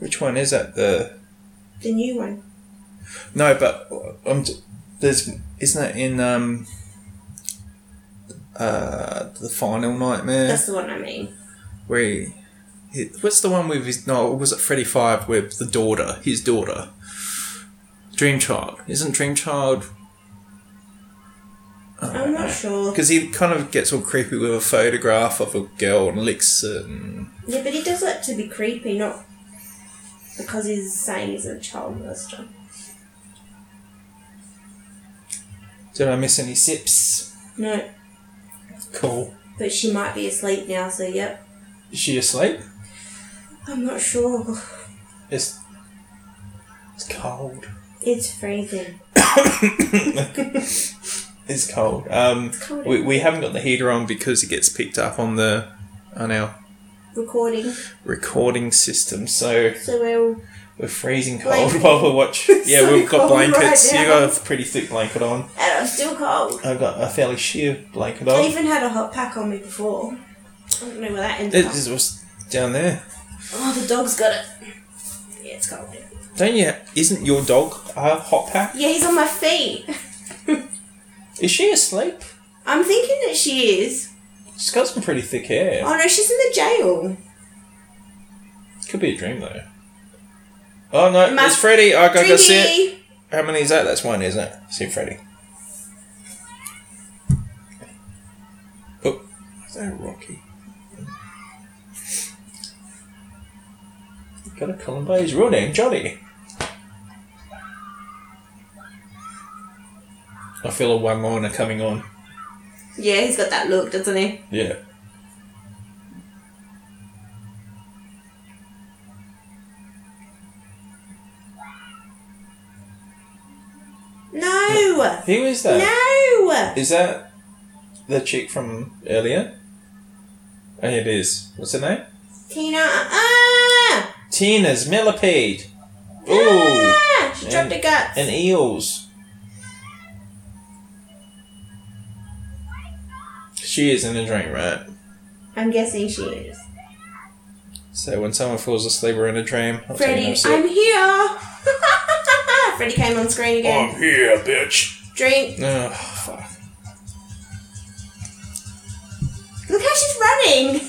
S1: Which one is it? The
S2: The new one.
S1: no, but um, there's isn't it in um, uh, the final nightmare?
S2: That's the one I mean.
S1: where he, he- what's the one with his no was it Freddy Five with the daughter his daughter Dream Child isn't Dream Child Oh,
S2: I'm not sure.
S1: because he kind of gets all creepy with a photograph of a girl and licks it and,
S2: Yeah, but he does it to be creepy, not because he's saying he's a child molester.
S1: did I miss any sips
S2: No,
S1: cool
S2: but she might be asleep now, so yep.
S1: is she asleep
S2: I'm not sure.
S1: it's it's cold
S2: It's freezing.
S1: it's cold um
S2: cold
S1: we,
S2: out.
S1: we haven't got the heater on because it gets picked up on the on our
S2: Recording,
S1: recording system so
S2: so we're all
S1: We're freezing cold
S2: Blanket.
S1: while we watch. Yeah,
S2: so
S1: we've got
S2: cold right
S1: blankets. you
S2: now.
S1: got a pretty thick blanket on.
S2: And I'm still cold.
S1: I've got a fairly sheer blanket
S2: I
S1: on.
S2: even had a hot pack on me before. I don't know where that ended
S1: This
S2: up.
S1: is what's down there.
S2: Oh, the dog's got it. Yeah, it's cold.
S1: Don't you? Isn't your dog a hot pack?
S2: Yeah, he's on my feet.
S1: Is she asleep?
S2: I'm thinking that she is.
S1: She's got some pretty thick hair.
S2: Oh no, she's in the jail.
S1: Could be a dream though. Oh no,
S2: Ma-
S1: it's Freddy. I got to see it.
S2: Drinky!
S1: How many is that? That's one, isn't it? See Freddy. Oh, is that Rocky? Got a Colin by his real name, Johnny. I feel a one liner coming on.
S2: Yeah, he's got that look, doesn't he?
S1: Yeah.
S2: No!
S1: Who is that?
S2: No!
S1: Is that the chick from earlier? Oh, yeah, it is. What's her name?
S2: Tina, ah!
S1: Tina's millipede. Ooh.
S2: Ah! She dropped
S1: And-
S2: her guts.
S1: and eels. She is in a drink, right?
S2: I'm guessing she is.
S1: So when someone falls asleep or in a dream, I'll take
S2: Freddy,
S1: no sip.
S2: I'm here! Freddy came on screen again.
S3: here, bitch.
S2: Drink.
S1: Oh, fuck.
S2: Look how she's running!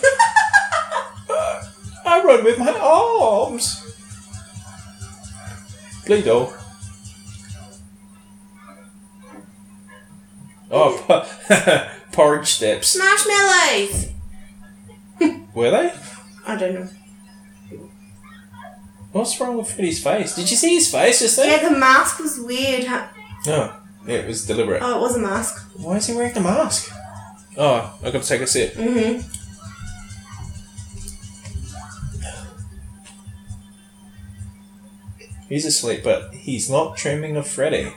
S1: I run with my arms. Glido. Oh, por- porridge steps.
S2: Marshmallows!
S1: Were they?
S2: I don't know.
S1: What's wrong with Freddy's face? Did you see his face just then?
S2: Yeah, the mask was weird. huh?
S1: No, yeah, it was deliberate.
S2: Oh, it was a mask.
S1: Why is he wearing the mask? Oh, I gotta take a sip.
S2: Mm-hmm.
S1: He's asleep, but he's not dreaming of Freddy.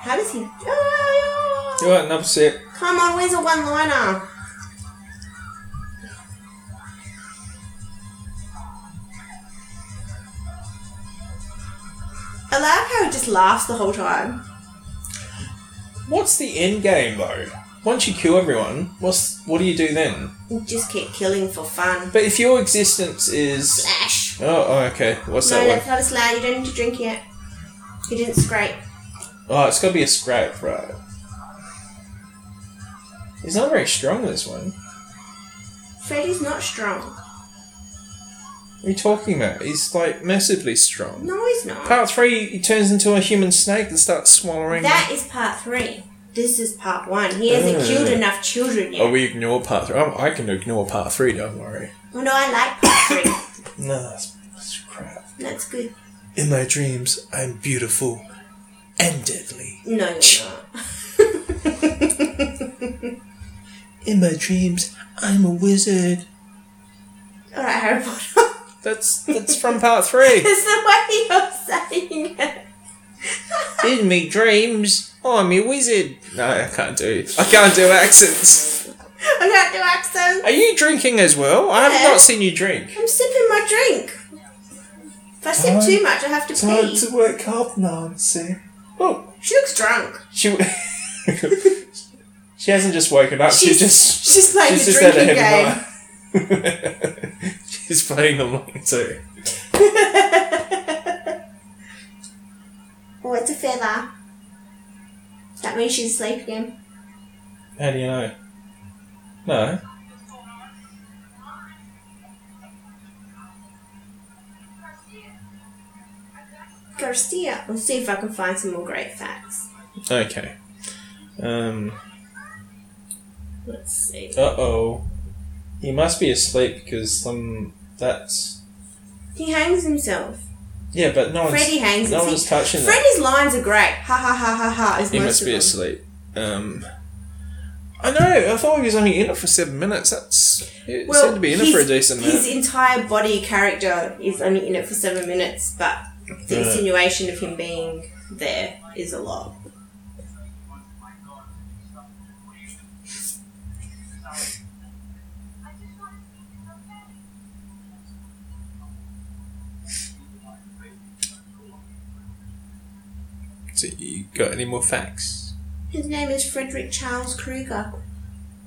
S2: How does he? Ah!
S1: You want another sip?
S2: Come on, where's a one-liner? I love how he just laughs the whole time.
S1: What's the end game though? Once you kill everyone, what's what do you do then?
S2: He just keep killing for fun.
S1: But if your existence is
S2: Slash.
S1: oh, oh okay, what's
S2: no,
S1: that
S2: that's
S1: one?
S2: not a slide. You don't need to drink yet. He didn't scrape.
S1: Oh, it's got to be a scrape, right? He's not very strong, this one.
S2: Freddy's not strong.
S1: What are you talking about? He's like massively strong.
S2: No, he's not.
S1: Part three, he turns into a human snake and starts swallowing.
S2: That is part three. This is part one. He hasn't
S1: Uh.
S2: killed enough children yet.
S1: Oh, we ignore part three. I I can ignore part three, don't worry.
S2: Well, no, I like part three.
S1: No, that's, that's crap.
S2: That's good.
S1: In my dreams, I'm beautiful and deadly.
S2: No, you're not.
S1: In my dreams, I'm a wizard.
S2: All right, Harry Potter.
S1: That's that's from part three.
S2: It's the way you're saying it.
S1: In me dreams, I'm a wizard. No, I can't do. I can't do accents.
S2: I can't do accents.
S1: Are you drinking as well? I have not seen you drink.
S2: I'm sipping my drink. If I sip
S1: Time-
S2: too much, I have to pee.
S1: wake up, Nancy. Oh,
S2: She looks drunk.
S1: she. she hasn't just woken up. She's,
S2: She's
S1: just.
S2: she's playing
S1: she's
S2: the
S1: just had a
S2: drinking game.
S1: heavy night. she's playing along too.
S2: Oh, it's a feather. That means she's asleep again.
S1: How do you know? No.
S2: Garcia. Let's see if I can find some more great facts.
S1: Okay. Um.
S2: Let's see.
S1: Uh oh. He must be asleep because some. That's.
S2: He hangs himself.
S1: Yeah, but no one's.
S2: Freddy hangs
S1: no
S2: himself.
S1: one's touching that.
S2: Freddy's lines are great. Ha ha ha ha ha. Is
S1: He
S2: most
S1: must
S2: of
S1: be
S2: them.
S1: asleep. Um. I know. I thought he was only in it for seven minutes. That's. It
S2: Well,
S1: seemed to be in it for a
S2: his-
S1: decent
S2: His
S1: minute.
S2: entire body character is only in it for seven minutes, but the
S1: Right.
S2: insinuation of him being there is a lot.
S1: So you got any more facts?
S2: His name is Frederick Charles Kruger.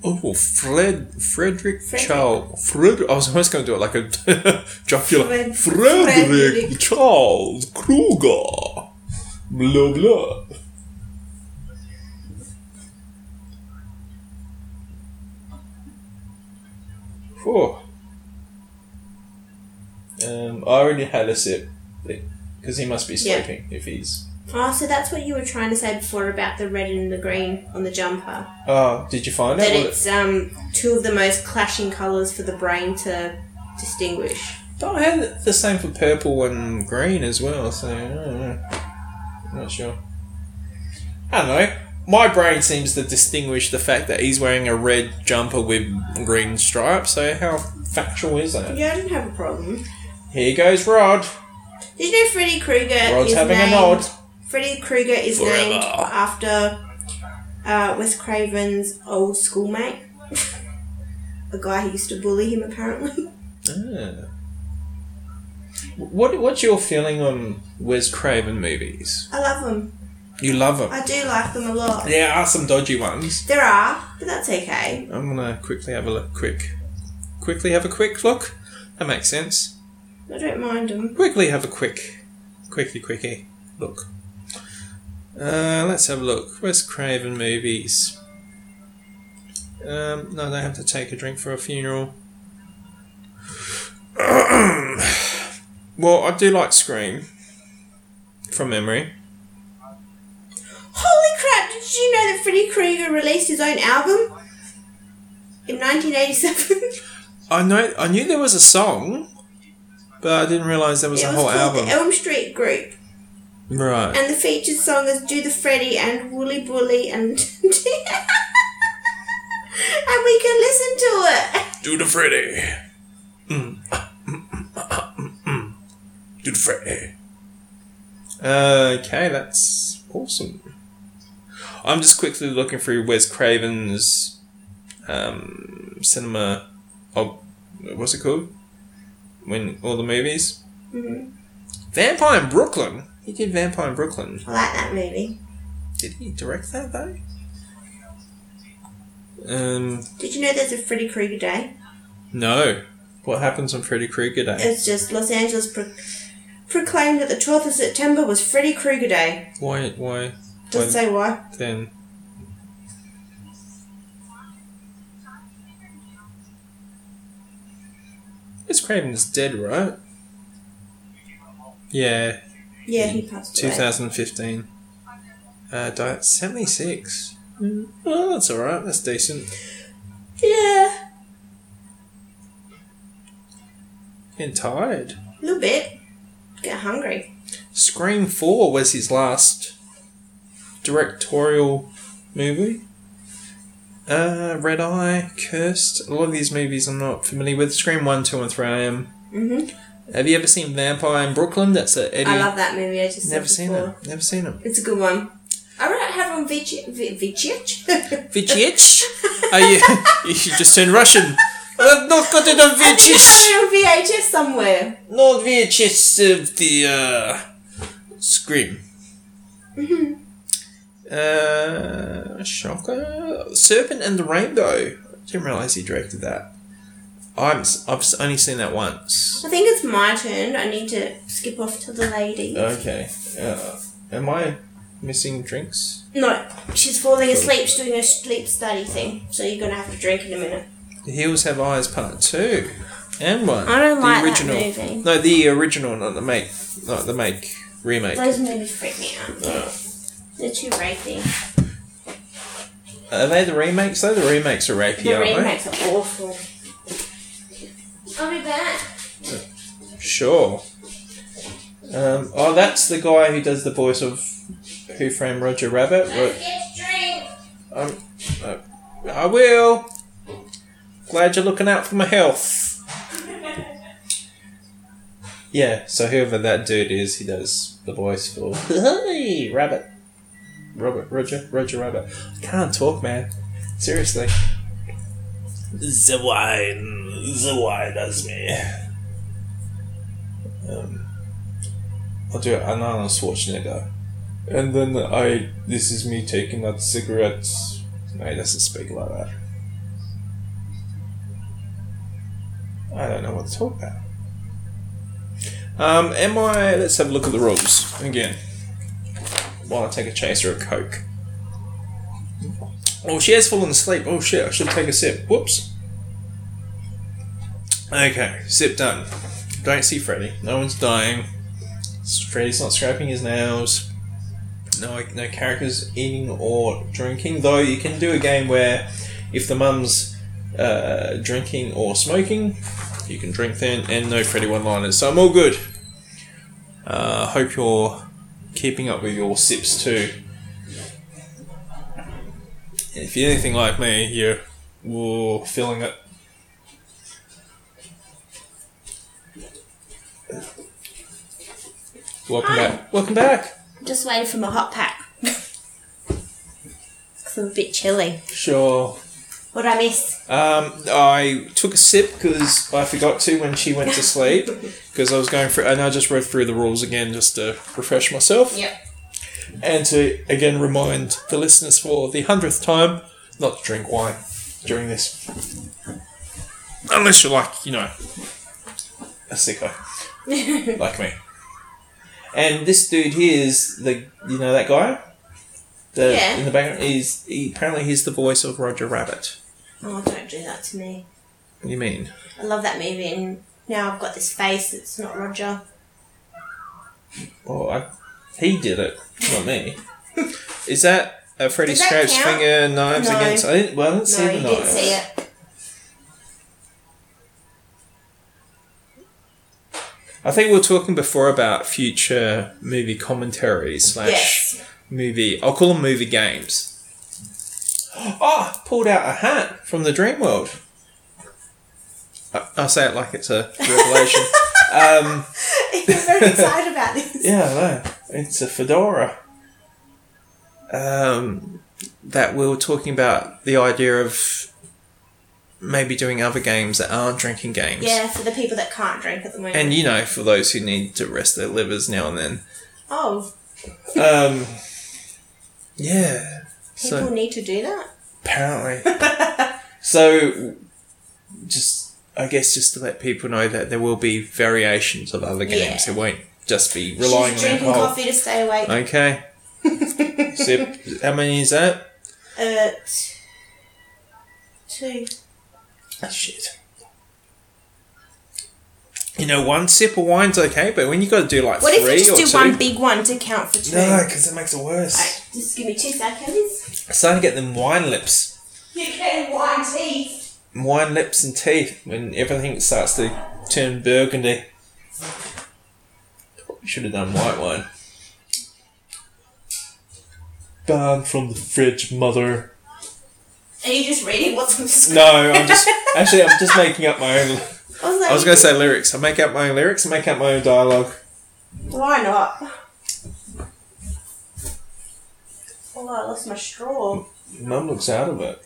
S1: Oh, Fred, Frederick,
S2: Frederick.
S1: Charles. Fred, I was almost going to do it like a Dracula.
S2: Fred-
S1: Frederick
S2: Frederick.
S1: Charles Kruger. Blah, blah. Whew. Um, I already had a sip because he must be
S2: Yeah.
S1: sleeping if he's.
S2: Oh, so that's what you were trying to say before about the red and the green on the jumper.
S1: Oh, did you find
S2: That
S1: out?
S2: it's um, two of the most clashing colours for the brain to distinguish.
S1: But I had the same for purple and green as well, so I don't know. I'm not sure. I don't know. My brain seems to distinguish the fact that he's wearing a red jumper with green stripes, so how factual is that?
S2: Yeah, I didn't have a problem.
S1: Here goes Rod.
S2: Did you know Freddy Krueger
S1: Rod's
S2: is
S1: having a
S2: named...
S1: nod.
S2: Freddy Krueger is
S1: Forever.
S2: named after uh, Wes Craven's old schoolmate, a guy who used to bully him apparently.
S1: Ah. What, what's your feeling on Wes Craven movies?
S2: I love them.
S1: You love them.
S2: I do like them a lot.
S1: There are some dodgy ones.
S2: There are, but that's okay.
S1: I'm gonna quickly have a look. Quick. Quickly have a quick look. That makes sense.
S2: I don't mind them.
S1: quickly have a quick, quickly, quickie look. Uh, let's have a look. Where's Craven movies? Um, no, they have to take a drink for a funeral. well, I do like Scream from memory.
S2: Holy crap! Did you know that Freddy Krueger released his own album in 1987?
S1: I know I knew there was a song, but I didn't realize there was
S2: it
S1: a
S2: was
S1: whole
S2: called
S1: album.
S2: the Elm Street Group,
S1: right.
S2: and the featured song is "Do the Freddy" and "Wooly Bully," and and we can listen to it.
S1: Do the Freddy. Mm, ah, mm, ah, ah, mm, mm. Do the Freddy. Okay, that's awesome. I'm just quickly looking through Wes Craven's um, cinema. Oh, what's it called? When all the movies. Mm-hmm.
S2: Mhm.
S1: Vampire in Brooklyn. He did Vampire in Brooklyn.
S2: I like that movie.
S1: Did he direct that though? Um,
S2: Did you know there's a Freddy Krueger Day?
S1: no. What happens on Freddy Krueger Day?
S2: It's just Los Angeles pro- proclaimed that the 12th of September was Freddy Krueger Day
S1: Why? Why?
S2: Doesn't say why.
S1: Then it's Craven's dead, right? Yeah,
S2: Yeah, he passed away.
S1: 2015. Uh, died at 76. Mm, Oh, that's alright, that's decent.
S2: Yeah,
S1: Getting tired.
S2: a little bit. Get hungry.
S1: Scream 4 was his last directorial movie. Uh, Red Eye, Cursed. A lot of these movies I'm not familiar with. Scream 1, 2, and 3 I am.
S2: hmm
S1: Have you ever seen Vampire in Brooklyn? That's a Eddie.
S2: I love that movie. I just said
S1: Never seen
S2: before.
S1: it. Never seen it.
S2: It's a good one. I read it had on Vici V- Vicic.
S1: Vichich? Are you? Oh, you just turned Russian. I've not got it on
S2: I think I
S1: Vichich.
S2: had it on VHS somewhere.
S1: Not VHS of the uh, Scream.
S2: Mm-hmm.
S1: Uh, shocker. Serpent and the Rainbow. Didn't realize he directed that. I'm, s- I've s- only seen that once.
S2: I think it's my turn. I need to skip off to the lady.
S1: Okay. Uh, am I missing drinks?
S2: No, she's falling asleep. She's doing a sleep study thing. So you're gonna have to drink in a minute.
S1: The Heels Have Eyes Part Two and one.
S2: I don't
S1: the
S2: like that
S1: original.
S2: movie.
S1: No, the original, not the make, not the make remake.
S2: Those movies freak me out. They're too rapey.
S1: Are they the remakes? though? the remakes are rapey,
S2: The
S1: aren't they?
S2: remakes are awful. I'll be back.
S1: Sure. Um, oh, that's the guy who does the voice of Who Framed Roger Rabbit. Ro-
S2: Get drink.
S1: uh, I will. Glad you're looking out for my health. Yeah, so whoever that dude is, he does the voice for Hey Rabbit. Robert Roger Roger Rabbit. Can't talk, man. Seriously. The wine, the wine does me. Um, I'll do it. Arnold Schwarzenegger.
S3: And then I, this is me taking out cigarettes.
S1: No, he doesn't speak like that. I don't know what to talk about. Um, am I? Let's have a look at the rules again. While I take a chaser of coke. Oh, she has fallen asleep. Oh shit! I should take a sip. Whoops. Okay, sip done. Don't see Freddy. No one's dying. Freddy's not scraping his nails no no characters eating or drinking. Though you can do a game where if the mum's uh, drinking or smoking, you can drink then, and no Freddy one liners. So I'm all good. Uh, hope you're keeping up with your sips too. If you're anything like me, you're whoa, feeling it. Welcome back. Welcome back.
S2: Just waiting for my hot pack. Cause I'm a bit chilly.
S1: Sure.
S2: What I miss?
S1: Um, I took a sip because I forgot to when she went to sleep because I was going through, and I just read through the rules again just to refresh myself
S2: Yep.
S1: and to again remind the listeners for the hundredth time not to drink wine during this, unless you're like you know a sicko like me. And this dude here is the you know that guy, the
S2: Yeah.
S1: in the background is he, apparently he's the voice of Roger Rabbit.
S2: Oh, don't do that to me.
S1: What do you mean?
S2: I love that movie, and now I've got this face that's not Roger.
S1: Well, I, he did it, not me. Is that uh, Freddy
S2: Does that
S1: Scrape's
S2: count?
S1: finger knives
S2: No.
S1: against? I didn't. Well, I didn't
S2: No,
S1: see
S2: you
S1: the
S2: didn't
S1: knives.
S2: see it.
S1: I think we were talking before about future movie commentaries slash
S2: Yes.
S1: movie. I'll call them movie games. Oh, I pulled out a hat from the dream world. I, I say it like it's a revelation. um,
S2: You're very excited about this.
S1: Yeah, I know. It's a fedora. Um, that we were talking about the idea of maybe doing other games that aren't drinking games.
S2: Yeah, for the people that can't drink at the moment.
S1: And you know, for those who need to rest their livers now and then.
S2: oh,
S1: Um, yeah.
S2: people
S1: So
S2: need to do that.
S1: apparently. so just I guess just to let people know that there will be variations of other games.
S2: Yeah.
S1: It won't just be
S2: She's
S1: relying on
S2: drinking
S1: alcohol.
S2: coffee to stay awake.
S1: Okay. Zip. How many is that?
S2: Uh, t- two.
S1: Shit. You know, one sip of wine's okay, but when you got to do like
S2: What
S1: three
S2: if you just
S1: or
S2: do
S1: two,
S2: one big one to count for two?
S1: no, because it makes it worse.
S2: Alright, just give me two seconds.
S1: I'm starting to get them wine lips.
S2: You can wine teeth.
S1: wine lips and teeth when everything starts to turn burgundy. Probably should have done white wine. Banned from the fridge, mother.
S2: Are you just reading what's on the screen?
S1: No, I'm just actually I'm just making up my own.
S2: I was, like,
S1: I was gonna say lyrics. I make up my own lyrics. I make up my own dialogue.
S2: Why not? Oh, I lost my straw.
S1: Mum looks out of it.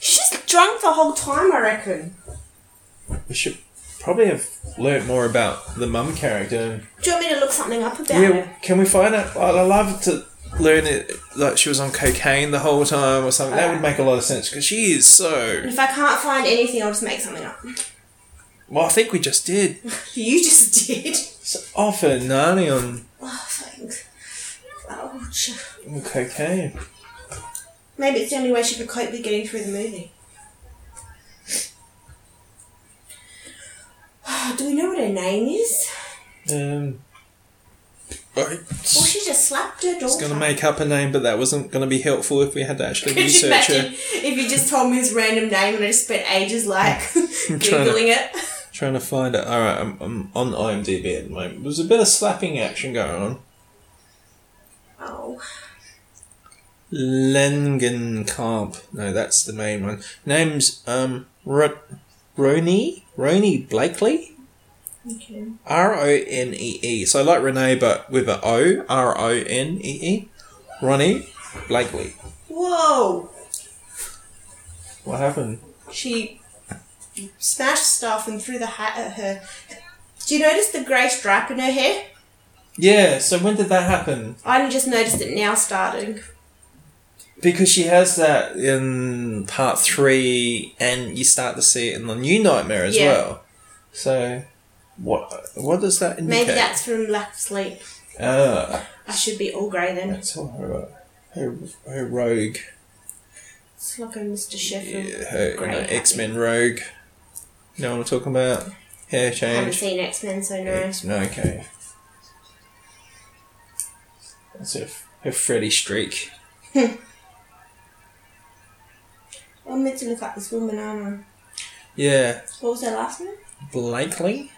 S2: She's drunk the whole time, I reckon.
S1: We should probably have learnt more about the mum character.
S2: Do you want me to look something up about
S1: Yeah,
S2: her?
S1: can we find out? I'd I'd love to learn it like she was on cocaine the whole time or something. That would make a lot of sense because she is so.
S2: If I can't find anything, I'll just make something up.
S1: Well, I think we just did.
S2: You just did.
S1: So offer Nani on
S2: Oh, thanks. Ouch.
S1: on cocaine.
S2: Maybe it's the only way she could cope with getting through the movie. Do we know what her name is?
S1: Um, right.
S2: Well, she just slapped her daughter.
S1: I was going to make up a name, but that wasn't going to be helpful if we had to actually
S2: Could you
S1: research
S2: imagine
S1: her.
S2: if you just told me his random name and I just spent ages like
S1: trying to-
S2: googling it?
S1: Trying to find it. All right, I'm, I'm on IMDb at the moment. There's a bit of slapping action going on.
S2: Oh,
S1: Lengenkamp. No, that's the main one. Name's um R- Roni Roni Blakely.
S2: okay.
S1: R O N E E. So like Renee, but with a O. R O N E E. Ronnie Blakely.
S2: Whoa!
S1: What happened?
S2: She smashed stuff and threw the hat at her. Do you notice the grey stripe in her hair?
S1: Yeah, so when did that happen?
S2: I only just noticed it now starting.
S1: Because she has that in part three, and you start to see it in the new nightmare as
S2: Yeah.
S1: well. So, what what does that indicate?
S2: Maybe that's from lack of sleep.
S1: Ah,
S2: I should be all grey then.
S1: that's all her, her, her rogue.
S2: It's like a Mr. Sheffield.
S1: Yeah, her, you
S2: grey
S1: know,
S2: hat.
S1: X Men rogue. No one talking about hair
S2: I haven't
S1: change.
S2: seen X Men, so no.
S1: It's- no, okay. That's her, her Freddy streak.
S2: I'm meant to look up this woman, aren't
S1: Yeah,
S2: I? What was her last name?
S1: Blakely.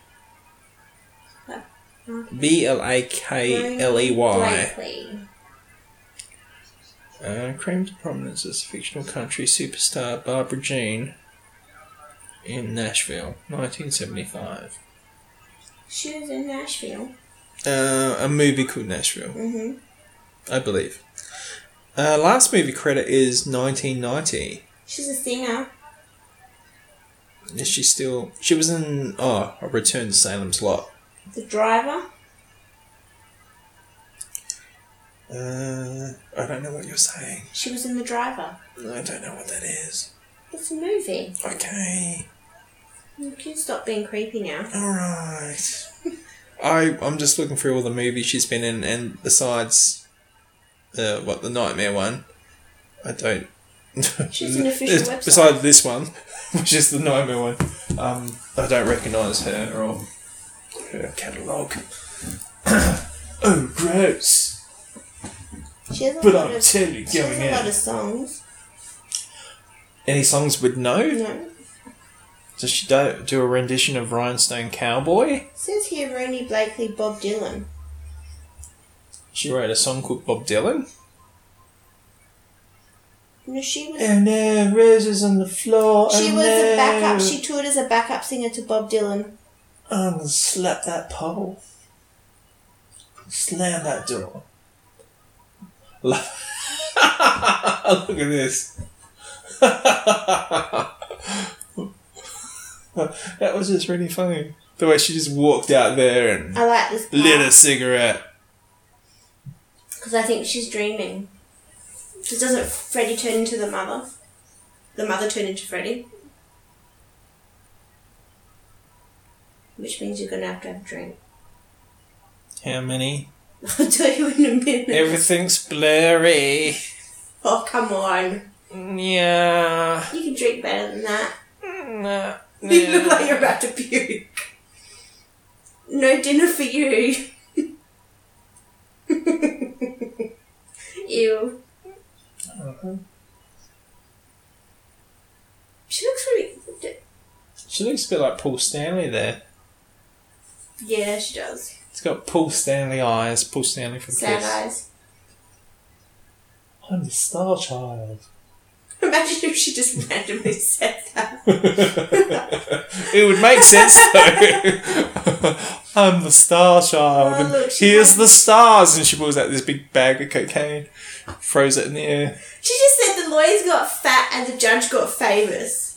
S2: Huh.
S1: B L A K L E Y.
S2: Blakely.
S1: Uh, came to prominence as a fictional country superstar Barbara Jean in Nashville, 1975.
S2: She was in Nashville.
S1: Uh, a movie called Nashville,
S2: Mm-hmm.
S1: I believe. Uh, last movie credit is 1990.
S2: She's a singer.
S1: Is she still? She was in oh, a Return to Salem's Lot.
S2: The driver.
S1: Uh, I don't know what you're saying.
S2: She was in The Driver.
S1: I don't know what that is.
S2: It's a movie.
S1: Okay,
S2: You can stop being creepy now.
S1: all right. I I'm just looking through all the movies she's been in, and besides, uh, what the Nightmare one, I don't.
S2: She's an official
S1: It's-
S2: website.
S1: Besides this one, which is the Nightmare one, um, I don't recognise her or her catalogue. oh, gross!
S2: She has a
S1: But
S2: lot
S1: I'm
S2: of.
S1: totally
S2: she has
S1: going
S2: a lot
S1: out.
S2: of songs.
S1: Any songs would know?
S2: No.
S1: Does she do, do a rendition of Rhinestone Cowboy?
S2: It says here Rooney Blakely, Bob Dylan.
S1: She wrote a song called Bob Dylan.
S2: No, she was.
S1: And there roses on the floor.
S2: She
S1: and
S2: was a
S1: there-
S2: backup. She toured as a backup singer to Bob Dylan.
S1: I'm gonna slap that pole. Slam that door. Lo- Look at this. that was just really funny. The way she just walked out there and
S2: I like this
S1: lit a
S2: part
S1: cigarette.
S2: because I think she's dreaming. Because doesn't Freddie turn into the mother? The mother turned into Freddie. Which means you're gonna have to have a drink.
S1: How many?
S2: I'll tell you in a minute.
S1: Everything's blurry.
S2: oh, come on.
S1: Yeah.
S2: You can drink better than that. Mm, uh,
S1: Nah.
S2: You look
S1: nah.
S2: like you're about to puke. No dinner for you. Ew. She looks really.
S1: She looks a bit like Paul Stanley there.
S2: Yeah, she does.
S1: It's got Paul Stanley eyes. Paul Stanley from
S2: Sad
S1: Kiss.
S2: eyes.
S1: I'm the Star Child.
S2: Imagine if she just randomly said that.
S1: It would make sense though. I'm the Star Child.
S2: Oh,
S1: and
S2: look, she
S1: here's
S2: has-
S1: the stars, and she pulls out this big bag of cocaine, throws it in the air.
S2: She just said the lawyers got fat and the judge got famous.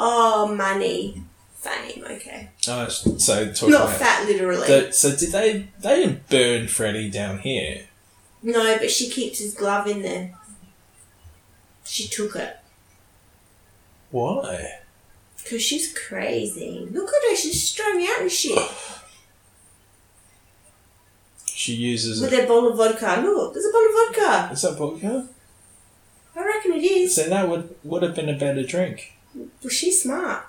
S2: Oh, money. Fame, okay.
S1: Oh, so talking
S2: Not fat, literally.
S1: so did they? They didn't burn Freddy down here.
S2: No, but she keeps his glove in there. She took it.
S1: Why?
S2: Because she's crazy. Look at her, she's strung out and shit.
S1: She uses.
S2: With that bowl of vodka. Look, there's a bowl of vodka.
S1: Is that vodka?
S2: I reckon it is.
S1: So that would would have been a better drink.
S2: Well, she's smart.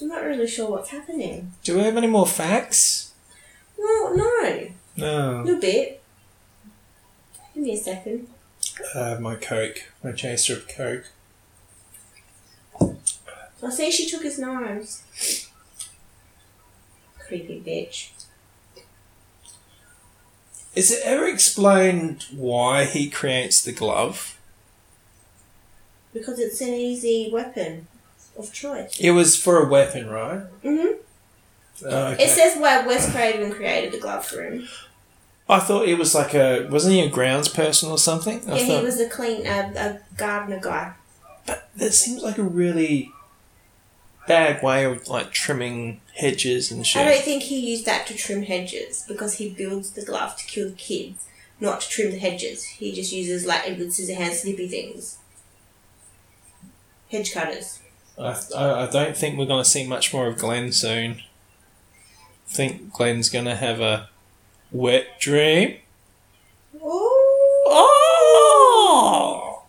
S2: I'm not really sure what's happening.
S1: Do we have any more facts?
S2: Well, no. A
S1: No.
S2: little bit. Give me a second.
S1: I have my coke, my chaser of coke.
S2: I see she took his knives. Creepy bitch.
S1: Is it ever explained why he creates the glove?
S2: Because it's an easy weapon of choice.
S1: It was for a weapon, right?
S2: Mm-hmm.
S1: Oh,
S2: It
S1: okay.
S2: says why Wes Craven created the glove for him.
S1: I thought it was like a wasn't he a grounds person or something? I
S2: yeah,
S1: thought
S2: he was a clean, uh, a gardener guy.
S1: but that seems like a really bad way of like trimming hedges and
S2: I don't
S1: shit.
S2: think he used that to trim hedges because he builds the glove to kill the kids, not to trim the hedges. He just uses like Edward Scissorhands snippy things, hedge cutters.
S1: I, I, I don't think we're gonna see much more of Glenn soon. I think Glenn's gonna have a wet dream.
S2: Oh,
S1: Oh.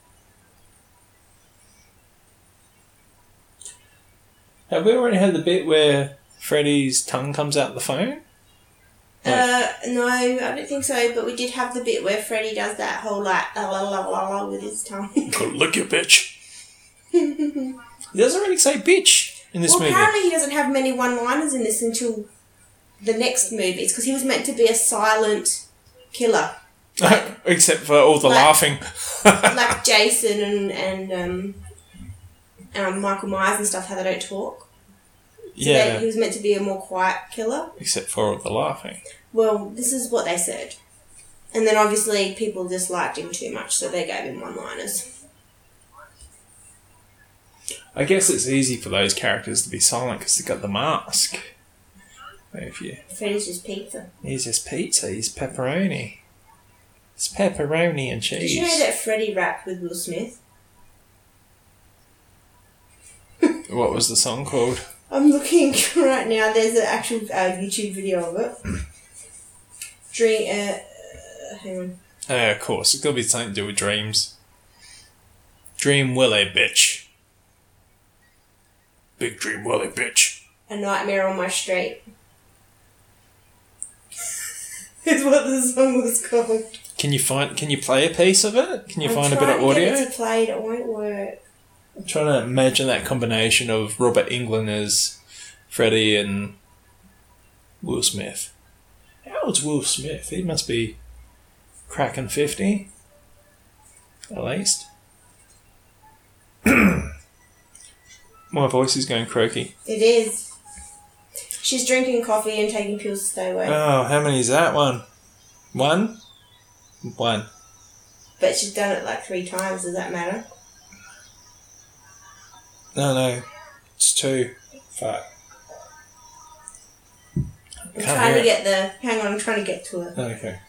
S1: Have we already had the bit where Freddy's tongue comes out the phone?
S2: uh, no, I don't think so. But we did have the bit where Freddy does that whole like la la la la la with his tongue.
S1: Go look at bitch. He doesn't really say bitch in this
S2: well,
S1: movie.
S2: apparently he doesn't have many one-liners in this until the next movies because he was meant to be a silent killer.
S1: Except for all the
S2: Like-
S1: laughing.
S2: like Jason and and um, um, Michael Myers and stuff, how they don't talk. So
S1: yeah,
S2: they- he was meant to be a more quiet killer.
S1: except for all the laughing.
S2: Well, this is what they said, and then obviously people disliked him too much, so they gave him one-liners.
S1: I guess it's easy for those characters to be silent because they've got the mask. If you,
S2: Freddy's just pizza.
S1: he's just pizza, he's pepperoni. It's pepperoni and
S2: Did you know
S1: cheese.
S2: that Freddy rapped with Will Smith?
S1: What was the song called?
S2: I'm looking right now. There's an actual uh, YouTube video of it. Dream. Uh, uh, hang on.
S1: Uh, of course, it's got to be something to do with dreams. Dream Willy, bitch. Big Dream Willy, bitch.
S2: A Nightmare on My Street. Is what the song was called.
S1: Can you find? Can you play a piece of it? Can you find a bit of
S2: trying to
S1: audio?
S2: get it to play, it won't work.
S1: I'm trying to imagine that combination of Robert England as Freddy and Will Smith. How old's Will Smith? He must be cracking fifty, at least. My voice is going croaky.
S2: It is. She's drinking coffee and taking pills to stay awake,
S1: Oh, how many is that one? One. One.
S2: but she's done it like three times. Does that matter?
S1: No, no, it's two. Fuck.
S2: I'm
S1: Can't hear
S2: trying to
S1: it.
S2: get the. Hang on, I'm trying to get to it.
S1: Okay.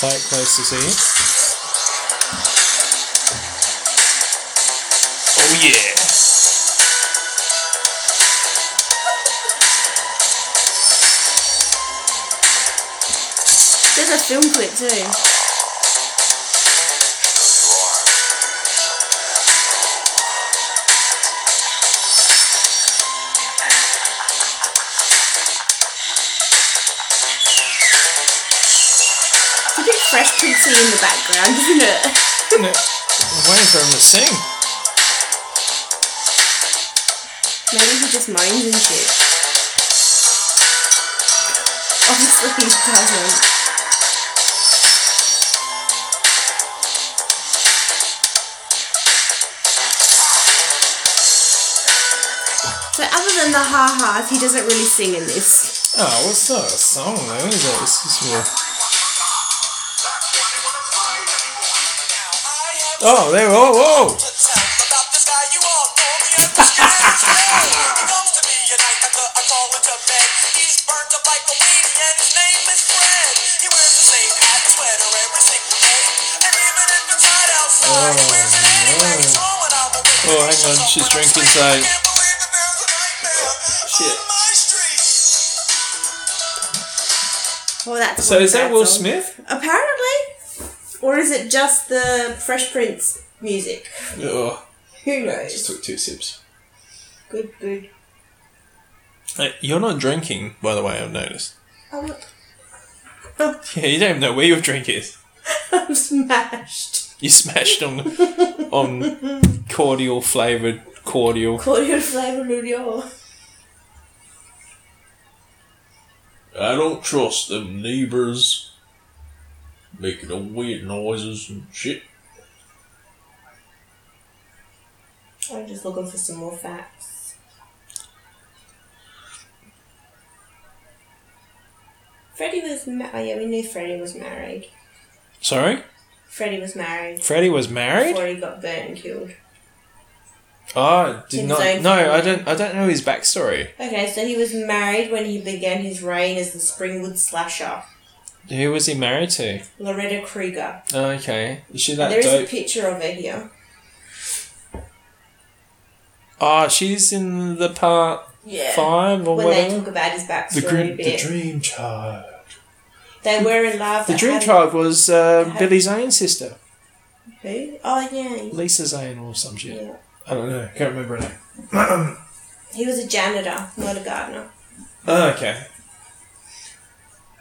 S1: Play it close to see
S3: Oh yeah.
S2: There's a film clip too. It's a bit fresh Tootsie in the background, isn't it?
S1: it. No, I'm waiting for him to sing.
S2: Maybe he just moans and shit. Obviously he doesn't. So other than the ha-has, he doesn't really sing in this.
S1: Oh, what's that song though? Is it? It's just more... Oh, there. Oh, whoa!
S4: Oh, hang on, she's drinking, so. Shit.
S2: Well, that's
S1: So
S2: one
S1: is that
S2: bad
S1: Will
S2: song.
S1: Smith?
S2: Apparently. Or is it just the Fresh Prince music?
S1: Oh,
S2: Who
S1: just
S2: knows?
S1: took two sips.
S2: Good, good.
S1: Hey, you're not drinking, by the way. I've noticed.
S2: Oh, look.
S1: Yeah, you don't even know where your drink is.
S2: I'm smashed.
S1: You smashed on on cordial flavored cordial.
S2: Cordial flavor ludio.
S3: I don't trust them neighbors making all weird noises and shit.
S2: I'm just looking for some more facts. Freddie was ma- oh yeah, we knew Freddie was married.
S1: Sorry,
S2: Freddie was married
S1: Freddie was married.
S2: before he got burnt and killed.
S1: Oh, I did
S2: Tim's
S1: not.
S2: own
S1: No,
S2: family.
S1: I don't. I don't know his backstory.
S2: Okay, so he was married when he began his reign as the Springwood slasher,
S1: Who was he married to?
S2: Loretta Krieger.
S1: Oh, okay, is she that
S2: there is a
S1: dope?
S2: picture of her here.
S1: Oh, she's in the part
S2: Yeah.
S1: five or
S2: When they
S1: whatever.
S2: talk about his backstory
S3: The,
S2: a
S3: dream, the
S2: bit,
S3: dream child.
S2: they were in love.
S1: The
S2: they
S1: dream
S2: had-
S1: child was uh,
S2: had-
S1: Billy's own sister,
S2: Who? Oh yeah,
S1: Lisa's own or some shit.
S2: yeah.
S1: I don't know. Can't remember her name.
S2: He was a janitor, not a gardener.
S1: Oh, okay.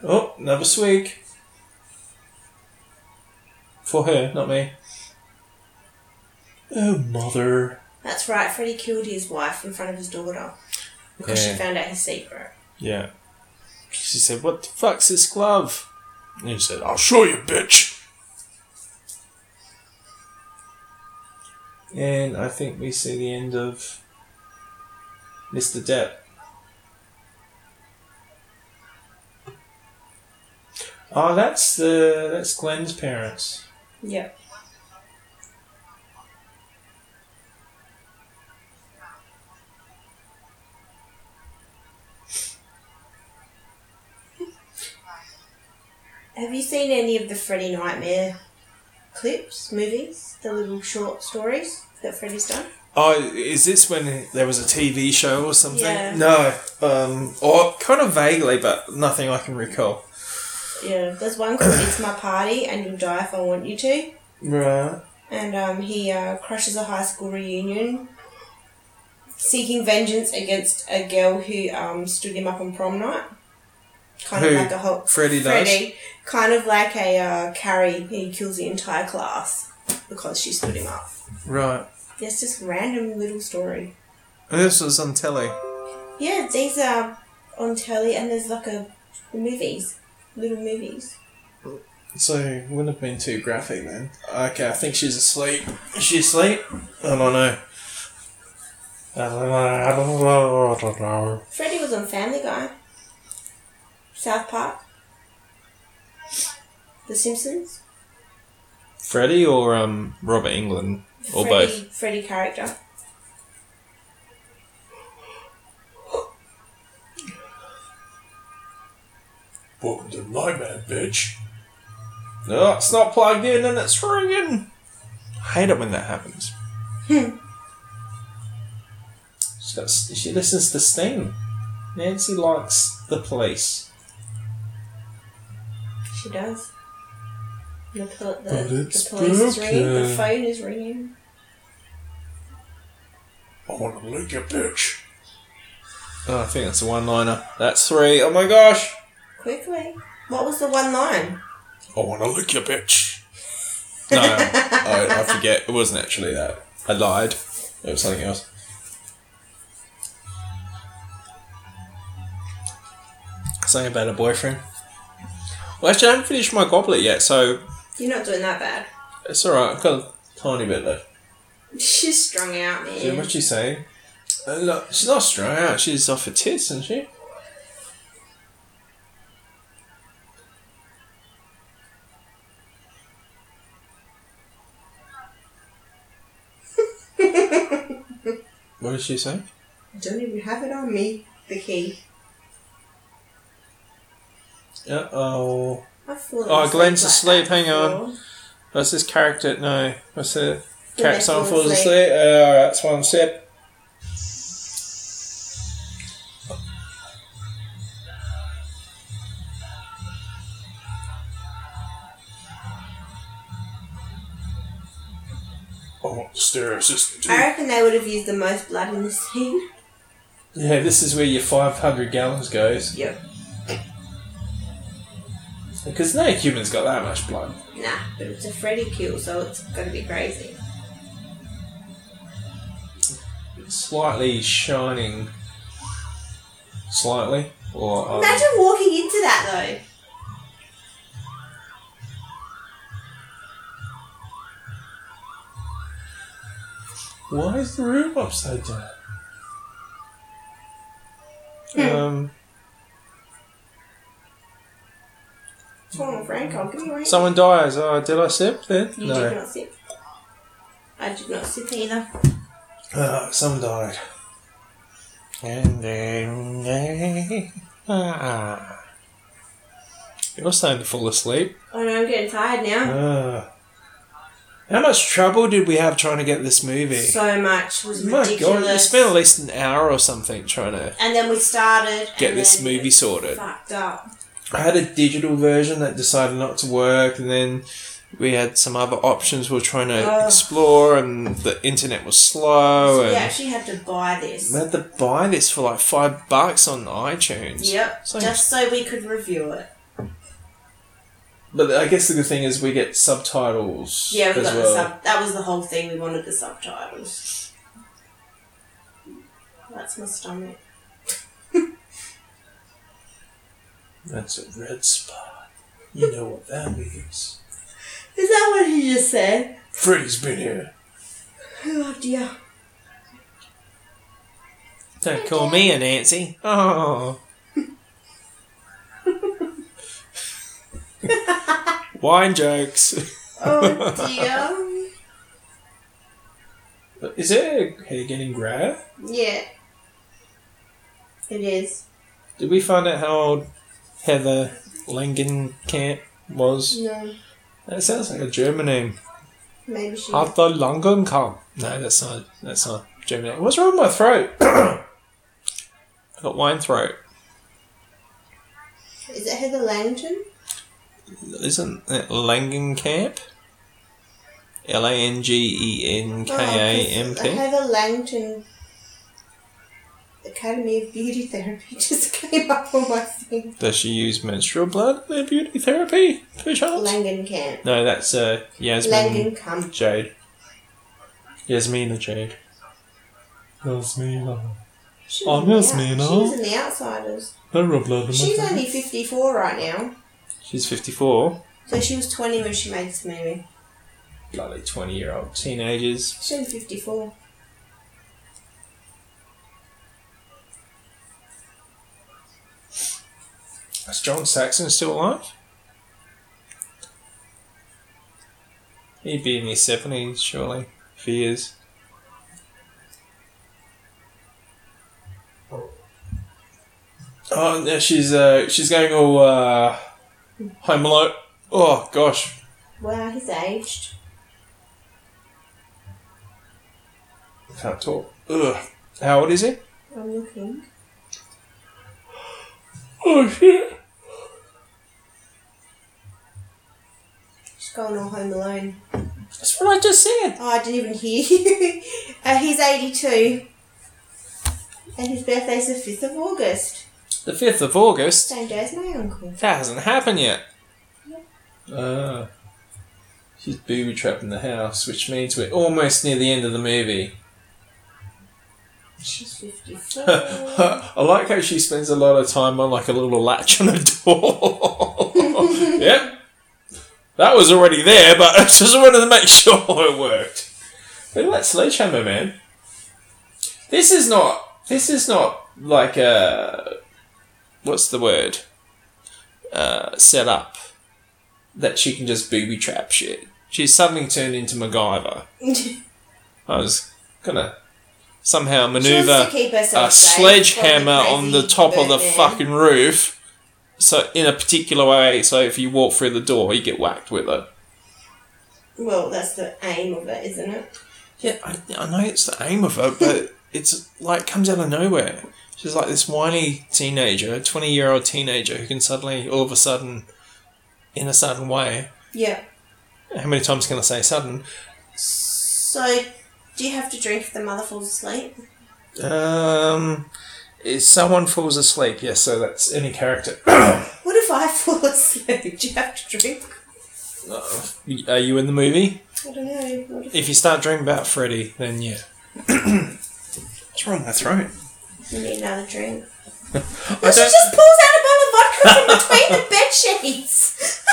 S1: Oh, another swig. For her, not me. Oh, mother.
S2: That's right, Freddie killed his wife in front of his daughter because
S1: Yeah.
S2: she found out his secret.
S1: Yeah. She said, What the fuck's this glove? And he said, I'll show you, bitch. And I think we see the end of Mr. Depp. Oh, that's the that's Glenn's parents.
S2: Yep. Have you seen any of the Freddy Nightmare clips, movies, the little short stories that Freddy's done?
S1: Oh, is this when there was a TV show or something?
S2: Yeah.
S1: No, um, or kind of vaguely, but nothing I can recall.
S2: Yeah, there's one called "It's My Party" and "You'll Die If I Want You to."
S1: Right.
S2: and um, he uh, crashes a high school reunion, seeking vengeance against a girl who um, stood him up on prom night. Kind
S1: Who?
S2: of like a whole
S1: Freddie does?
S2: Freddie, kind of like a uh, Carrie. He kills the entire class because she stood him up.
S1: Right.
S2: It's just random little story.
S1: And this was on telly.
S2: Yeah, these are on telly, and there's like a movies, little movies.
S1: So it wouldn't have been too graphic then. Okay, I think she's asleep. Is she asleep? I don't know. I don't know. I don't know.
S2: Freddie was on Family Guy, South Park, The Simpsons.
S1: Freddie or um Robert England or
S2: Freddy,
S1: both.
S2: Freddy character.
S3: Welcome to Nightmare, bitch.
S1: No, it's not plugged in and it's ringing. I hate it when that happens. she, got, she listens to Sting. Nancy likes the police.
S2: She does. The, pol- the,
S3: But it's
S2: the police is ringing, the
S3: broken.
S2: phone is ringing.
S3: I want to lick your bitch.
S1: Oh, I think that's a one-liner. That's three. Oh my gosh.
S2: Quickly. What was the one line?
S3: I want to lick your bitch.
S1: No, I, I forget. It wasn't actually that. I lied. It was something else. Something about a boyfriend. Well, actually, I haven't finished my goblet yet, so
S2: You're not doing that bad.
S1: it's alright. I've got a tiny bit left.
S2: She's strung out, man.
S1: Yeah, what's she saying? Uh, look, she's not strung out. She's off her tits, isn't she? what did she say?
S2: Don't even have it on me. The key.
S1: Uh oh.
S2: I've fallen
S1: Oh, Glenn's
S2: like
S1: asleep,
S2: that
S1: hang on.
S2: before.
S1: What's this character? No. What's the
S2: The
S1: character?
S2: next
S1: Someone
S2: one,
S1: falls
S2: like-
S1: asleep. Uh, all right, that's one sip.
S3: I want to stare at Sister Jean.
S2: I reckon they would have used the most blood in this scene.
S1: Yeah, this is where your 500 gallons goes.
S2: Yep.
S1: Because no human's got that much blood.
S2: Nah, but it's a Freddy kill, so it's gonna be crazy.
S1: slightly shining, slightly, or um,
S2: Imagine walking into that though.
S1: why is the room upside down?
S2: Hmm.
S1: Um,
S2: What's wrong with Franco? Give me a ring.
S1: someone dies. Oh, did I sip then?
S2: You did
S1: no,
S2: not sip. I did not sip either.
S1: uh, someone died. And then they ah. you're starting to fall asleep.
S2: Oh no, I'm getting tired now.
S1: Ah. How much trouble did we have trying to get this movie?
S2: So much was
S1: My
S2: ridiculous.
S1: God, we spent at least an hour or something trying to
S2: and then we started.
S1: get
S2: and
S1: this
S2: then
S1: movie sorted.
S2: Fucked up.
S1: I had a digital version that decided not to work, and then we had some other options we were trying to
S2: Ugh.
S1: explore, and the internet was slow.
S2: we
S1: and
S2: actually had to buy this.
S1: we had to buy this for like five bucks on iTunes.
S2: Yep,
S1: So-
S2: just so we could review it.
S1: But I guess the good thing is we get subtitles.
S2: Yeah, we
S1: as
S2: got
S1: well.
S2: the sub. That was the whole thing. We wanted the subtitles. That's my stomach.
S1: That's a red spot. You know what that means.
S2: Is that what he just said?
S3: Freddy's been here.
S2: Oh dear.
S1: Don't call me a Nancy. Oh. Wine jokes.
S2: Oh dear.
S1: Is it hair getting grabbed?
S2: yeah. It is.
S1: Did we find out how old Heather Langenkamp was?
S2: No.
S1: That sounds like a German name.
S2: Maybe she.
S1: Heather Langenkamp. No, that's not. That's not German. Name. What's wrong with my throat? I got wine throat.
S2: Is it Heather Langton?
S1: Isn't it Langenkamp? L A N G E N K A M
S2: Oh, I
S1: P.
S2: have a Langton Academy of Beauty Therapy just came up on my thing.
S1: Does she use menstrual blood in her beauty therapy? Perchance?
S2: Langenkamp.
S1: No, that's uh, Yasmin
S2: Langenkamp.
S1: Jade. Yasmina Jade.
S3: Yasmina.
S2: She
S1: Oh,
S2: was in
S1: Miss
S2: the out-
S1: Mina.
S2: She was in The Outsiders.
S3: There are blood in my
S2: She's
S3: face.
S2: only 54 right now.
S1: She's 54.
S2: So she was 20 when she made this movie.
S1: bloody 20 year old teenagers.
S2: She's only 54.
S1: Is John Saxon still alive? He'd be in his 70s, surely, if he is. Oh, now she's uh, she's going all uh, home alone. Oh gosh,
S2: Wow, he's aged.
S1: Can't talk. Ugh. How old is he?
S2: I'm looking.
S3: Oh shit!
S2: Just going all home alone.
S1: That's what I just said.
S2: Oh, I didn't even hear you. uh, he's 82. And his birthday's the 5th of August.
S1: The 5th of August.
S2: Same day as my uncle.
S1: That hasn't happened yet.
S3: Ah,
S1: She's booby trapping the house, which means we're almost near the end of the movie.
S2: She's 54.
S1: I like how she spends a lot of time on like a little latch on a door. yep. That was already there, but I just wanted to make sure it worked. Look at that sledgehammer, man. This is not. This is not like a. What's the word? Uh, set up. That she can just booby trap shit. She's suddenly turned into MacGyver.
S2: she
S1: I was gonna somehow maneuver
S2: wants to keep herself
S1: a sledgehammer on the top of the
S2: fucking.
S1: fucking roof. So in a particular way, so if you walk through the door, you get whacked with it.
S2: Well, that's the aim of it, isn't it?
S1: Yeah, I, I know it's the aim of it, but it's like comes out of nowhere. She's like this whiny teenager, twenty year old teenager who can suddenly, all of a sudden, in a sudden way.
S2: Yeah.
S1: How many times can I say sudden?
S2: So, do you have to drink if the mother falls asleep?
S1: Um, if someone falls asleep, yes. So that's any character.
S2: What if I fall asleep? Do you have to drink?
S1: Are you in the movie?
S2: I don't know. What if,
S1: If you start dreaming about Freddy, then yeah. What's wrong with my throat?
S2: you need another drink?
S1: I
S2: She just pulls out a bottle of vodka from between the bed sheets.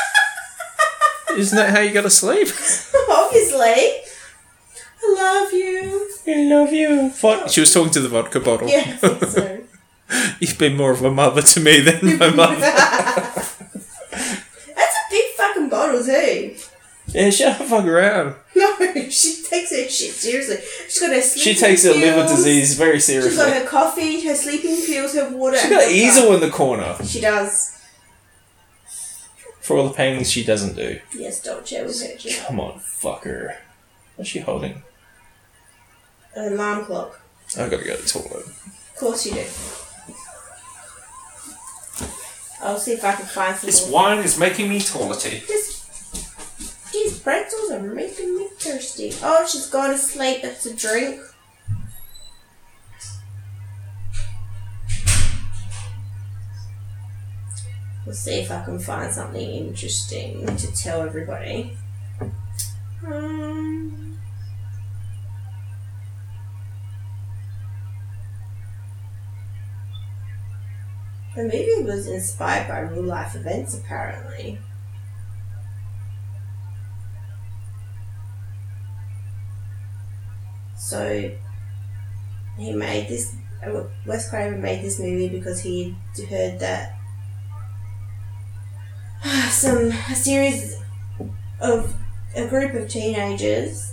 S1: isn't that how you gotta sleep?
S2: Obviously. I love you.
S1: I love you. She was talking to the vodka bottle.
S2: Yeah, I think so.
S1: You've been more of a mother to me than my mother.
S2: That's a big fucking bottle too.
S1: yeah, shut the fuck around.
S2: No, she takes her shit seriously. She's got her
S1: She
S2: sleeping
S1: takes her
S2: pills.
S1: liver disease very
S2: She's got
S1: seriously.
S2: her coffee, her sleeping pills, her water.
S1: She's
S2: and
S1: got an
S2: vodka.
S1: easel in the corner
S2: She does.
S1: for all the paintings she doesn't do.
S2: Yes, Dolce will hurt you.
S1: Come on, fucker. What's she holding?
S2: An alarm clock.
S1: I gotta go to the toilet.
S2: Of course you do. I'll see if I can find some. more.
S1: wine is making me toilety.
S2: Just these pretzels are making me thirsty. Oh, she's gone to sleep. It's a drink. We'll see if I can find something interesting to tell everybody. Um, the movie was inspired by real life events, apparently. So he made this. Wes Craven made this movie because he had heard that some a series of a group of teenagers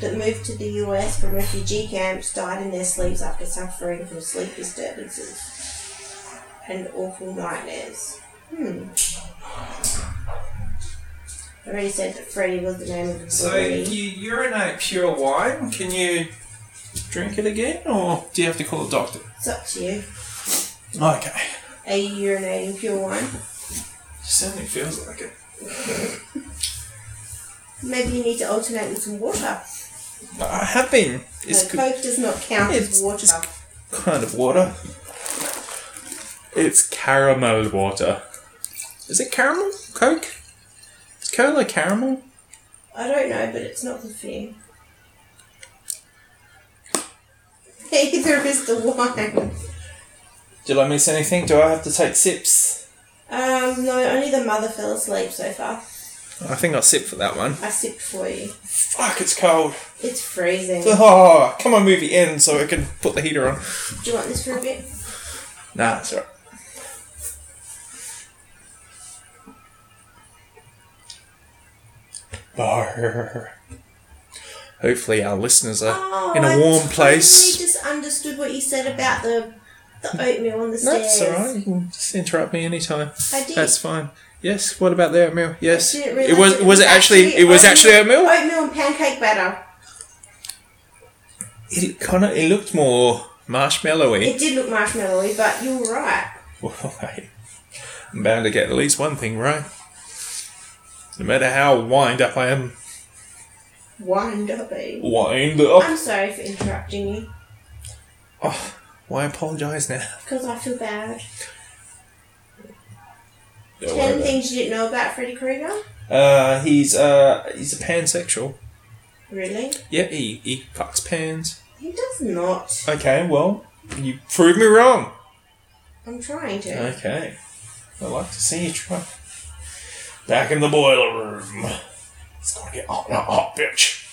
S2: that moved to the US from refugee camps died in their sleeps after suffering from sleep disturbances and awful nightmares. Hmm. I already said that Freddy was the name of the
S1: So
S2: movie.
S1: you urinate pure wine. Can you drink it again, or do you have to call a doctor?
S2: It's up to you.
S1: Okay,
S2: Are you urinating pure wine?
S1: certainly feels like it.
S2: Maybe you need to alternate with some water.
S1: But I have been. It's
S2: No,
S1: good-
S2: Coke does not count
S1: It's-
S2: as water.
S1: kind of water.
S3: it's caramel water.
S1: Is it caramel Coke? Is cola caramel?
S2: I don't know, but it's not the thing. Neither is the wine.
S1: Did I miss anything? Do I have to take sips?
S2: Um, no, only the mother fell asleep so far.
S1: I think I'll sip for that one.
S2: I sipped for you.
S1: Fuck, it's cold.
S2: It's freezing. Do
S1: Oh, come on, movie end so I can put the heater on.
S2: you want this for a bit?
S1: Nah, it's alright. Bar. Hopefully, our listeners are in
S2: Oh, I
S1: a warm
S2: totally
S1: place.
S2: just understood what you said about the the oatmeal on
S1: No,
S2: the stairs.
S1: it's alright. You can just interrupt me anytime.
S2: I did.
S1: That's fine. Yes. What about their oatmeal? Yes.
S2: I didn't
S1: It
S2: realise
S1: was. Was it actually? It was actually oatmeal.
S2: Oatmeal and pancake batter.
S1: It kind of. It looked more marshmallowy.
S2: It did look marshmallowy, but you were right.
S1: Well, hey, I'm bound to get at least one thing right. No matter how wind up I am.
S2: Wind up, eh?
S3: Wind up.
S2: I'm sorry for interrupting you
S1: Oh, why apologise now?
S2: because I feel bad.
S3: Yeah,
S2: Ten
S3: whatever.
S2: things you didn't know about Freddy Krueger.
S1: Uh, he's uh, he's a pansexual.
S2: Really?
S1: Yeah, he he cucks pans.
S2: He does not.
S1: Okay, well, you proved me wrong.
S2: I'm trying to.
S1: Okay, I like to see you try. Back in the boiler room. It's gonna get hot now, hot bitch.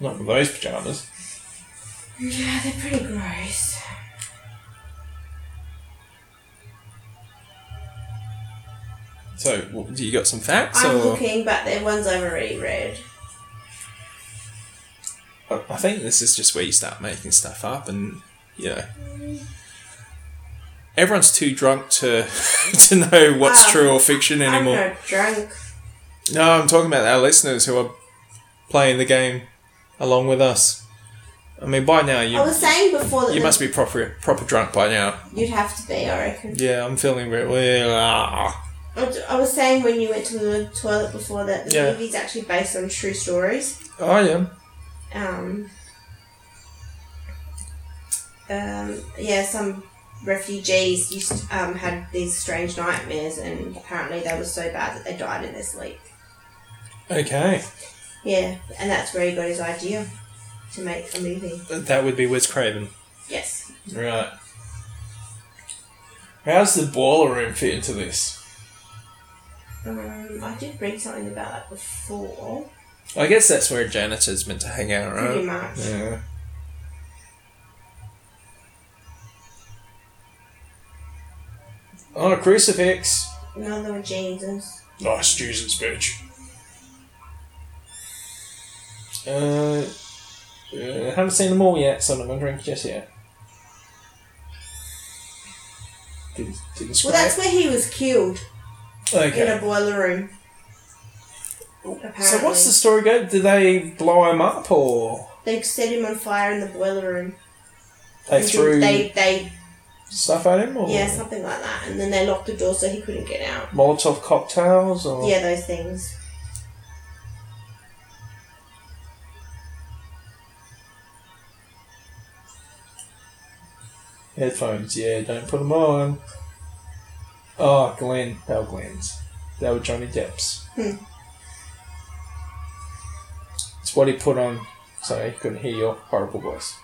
S1: Not with those pajamas.
S2: Yeah, they're pretty gross.
S1: So, what, do you got some facts?
S2: I'm
S1: or?
S2: looking, but they're ones I've already read.
S1: I I think this is just where you start making stuff up, and you know, everyone's too drunk to to know what's
S2: Ah,
S1: true or fiction anymore.
S2: I'm not drunk.
S1: No, I'm talking about our listeners who are playing the game along with us. I mean, by now
S2: I
S1: you
S2: was saying before that
S1: you
S2: the-
S1: must be proper proper drunk by now.
S2: you'd have to be, I reckon.
S1: Yeah, I'm feeling real. Well, ah.
S2: I was- I was saying when you went to the toilet before that the
S1: Yeah.
S2: movie's actually based on true stories.
S1: I am.
S2: um, um, yeah, some refugees used um, had these strange nightmares, and apparently they were so bad that they died in their sleep.
S1: Okay,
S2: Yeah, and that's where he got his idea to make a movie.
S1: that would be Wes Craven.
S2: Yes,
S1: Right. How's the boiler room fit into this?
S2: um, I did read something about that before.
S1: I guess that's where a janitor's meant to hang out, right?
S2: Pretty much.
S1: Uh, Yeah. On a crucifix.
S2: No, there were Jesus.
S3: Nice Jesus, bitch.
S1: Uh, uh, haven't seen them all yet, so I'm not going to drink just yet. Didn't, didn't
S2: Well,
S1: scrape.
S2: that's where he was killed in
S1: okay.
S2: a boiler room. Apparently,
S1: So what's the story go? Do they blow him up or
S2: they set him on fire in the boiler room.
S1: they threw
S2: they they
S1: stuff at him or
S2: Yeah, something like that. And then they locked the door so he couldn't get out.
S1: Molotov cocktails or
S2: Yeah, those things.
S1: Headphones, yeah, don't put them on. Oh, Glenn. They were Glenn's. They were Johnny Depp's.
S2: Hmm.
S1: It's what he put on so he couldn't hear your horrible voice.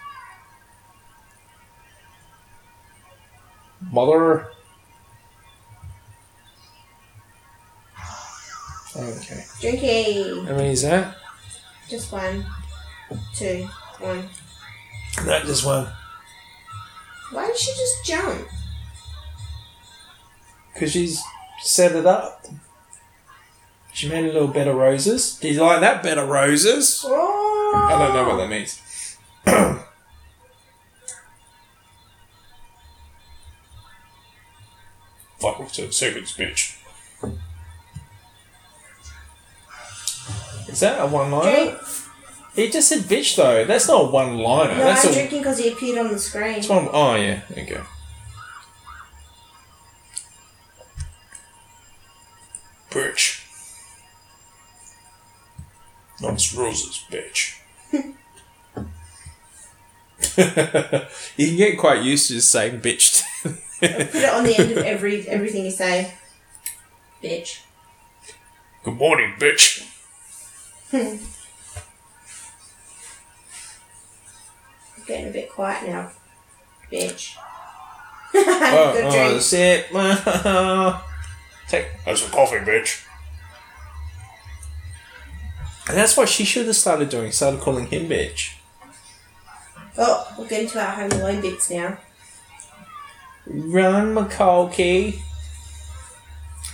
S1: Mother. Okay.
S2: Drinky.
S1: How many is that?
S2: Just one, two, one.
S1: That just one.
S2: Why did she just jump?
S1: Because she's set it up. She made a little bed of roses. Do you like that bed of roses?
S2: Oh.
S1: I don't know what that means.
S3: Fuck off to the seconds, bitch.
S1: Is that a one
S2: Drink.
S1: liner? He just said bitch though. That's not a one liner.
S2: No,
S1: That's
S2: I'm
S1: a
S2: drinking because he appeared on the screen.
S1: that's one oh yeah, okay.
S3: Bitch. Nice roses, bitch.
S1: you can get quite used to just saying bitch
S2: Put it on the end of every everything you say. Bitch.
S3: Good morning, bitch.
S2: I'm getting a bit quiet now. Bitch.
S1: oh,
S2: Good
S1: oh,
S2: drink.
S1: that's it.
S3: Take have some coffee, bitch.
S1: And that's what she should have started doing, started calling him bitch.
S2: Oh, we're getting to our home alone bits now.
S1: Run McCulkey.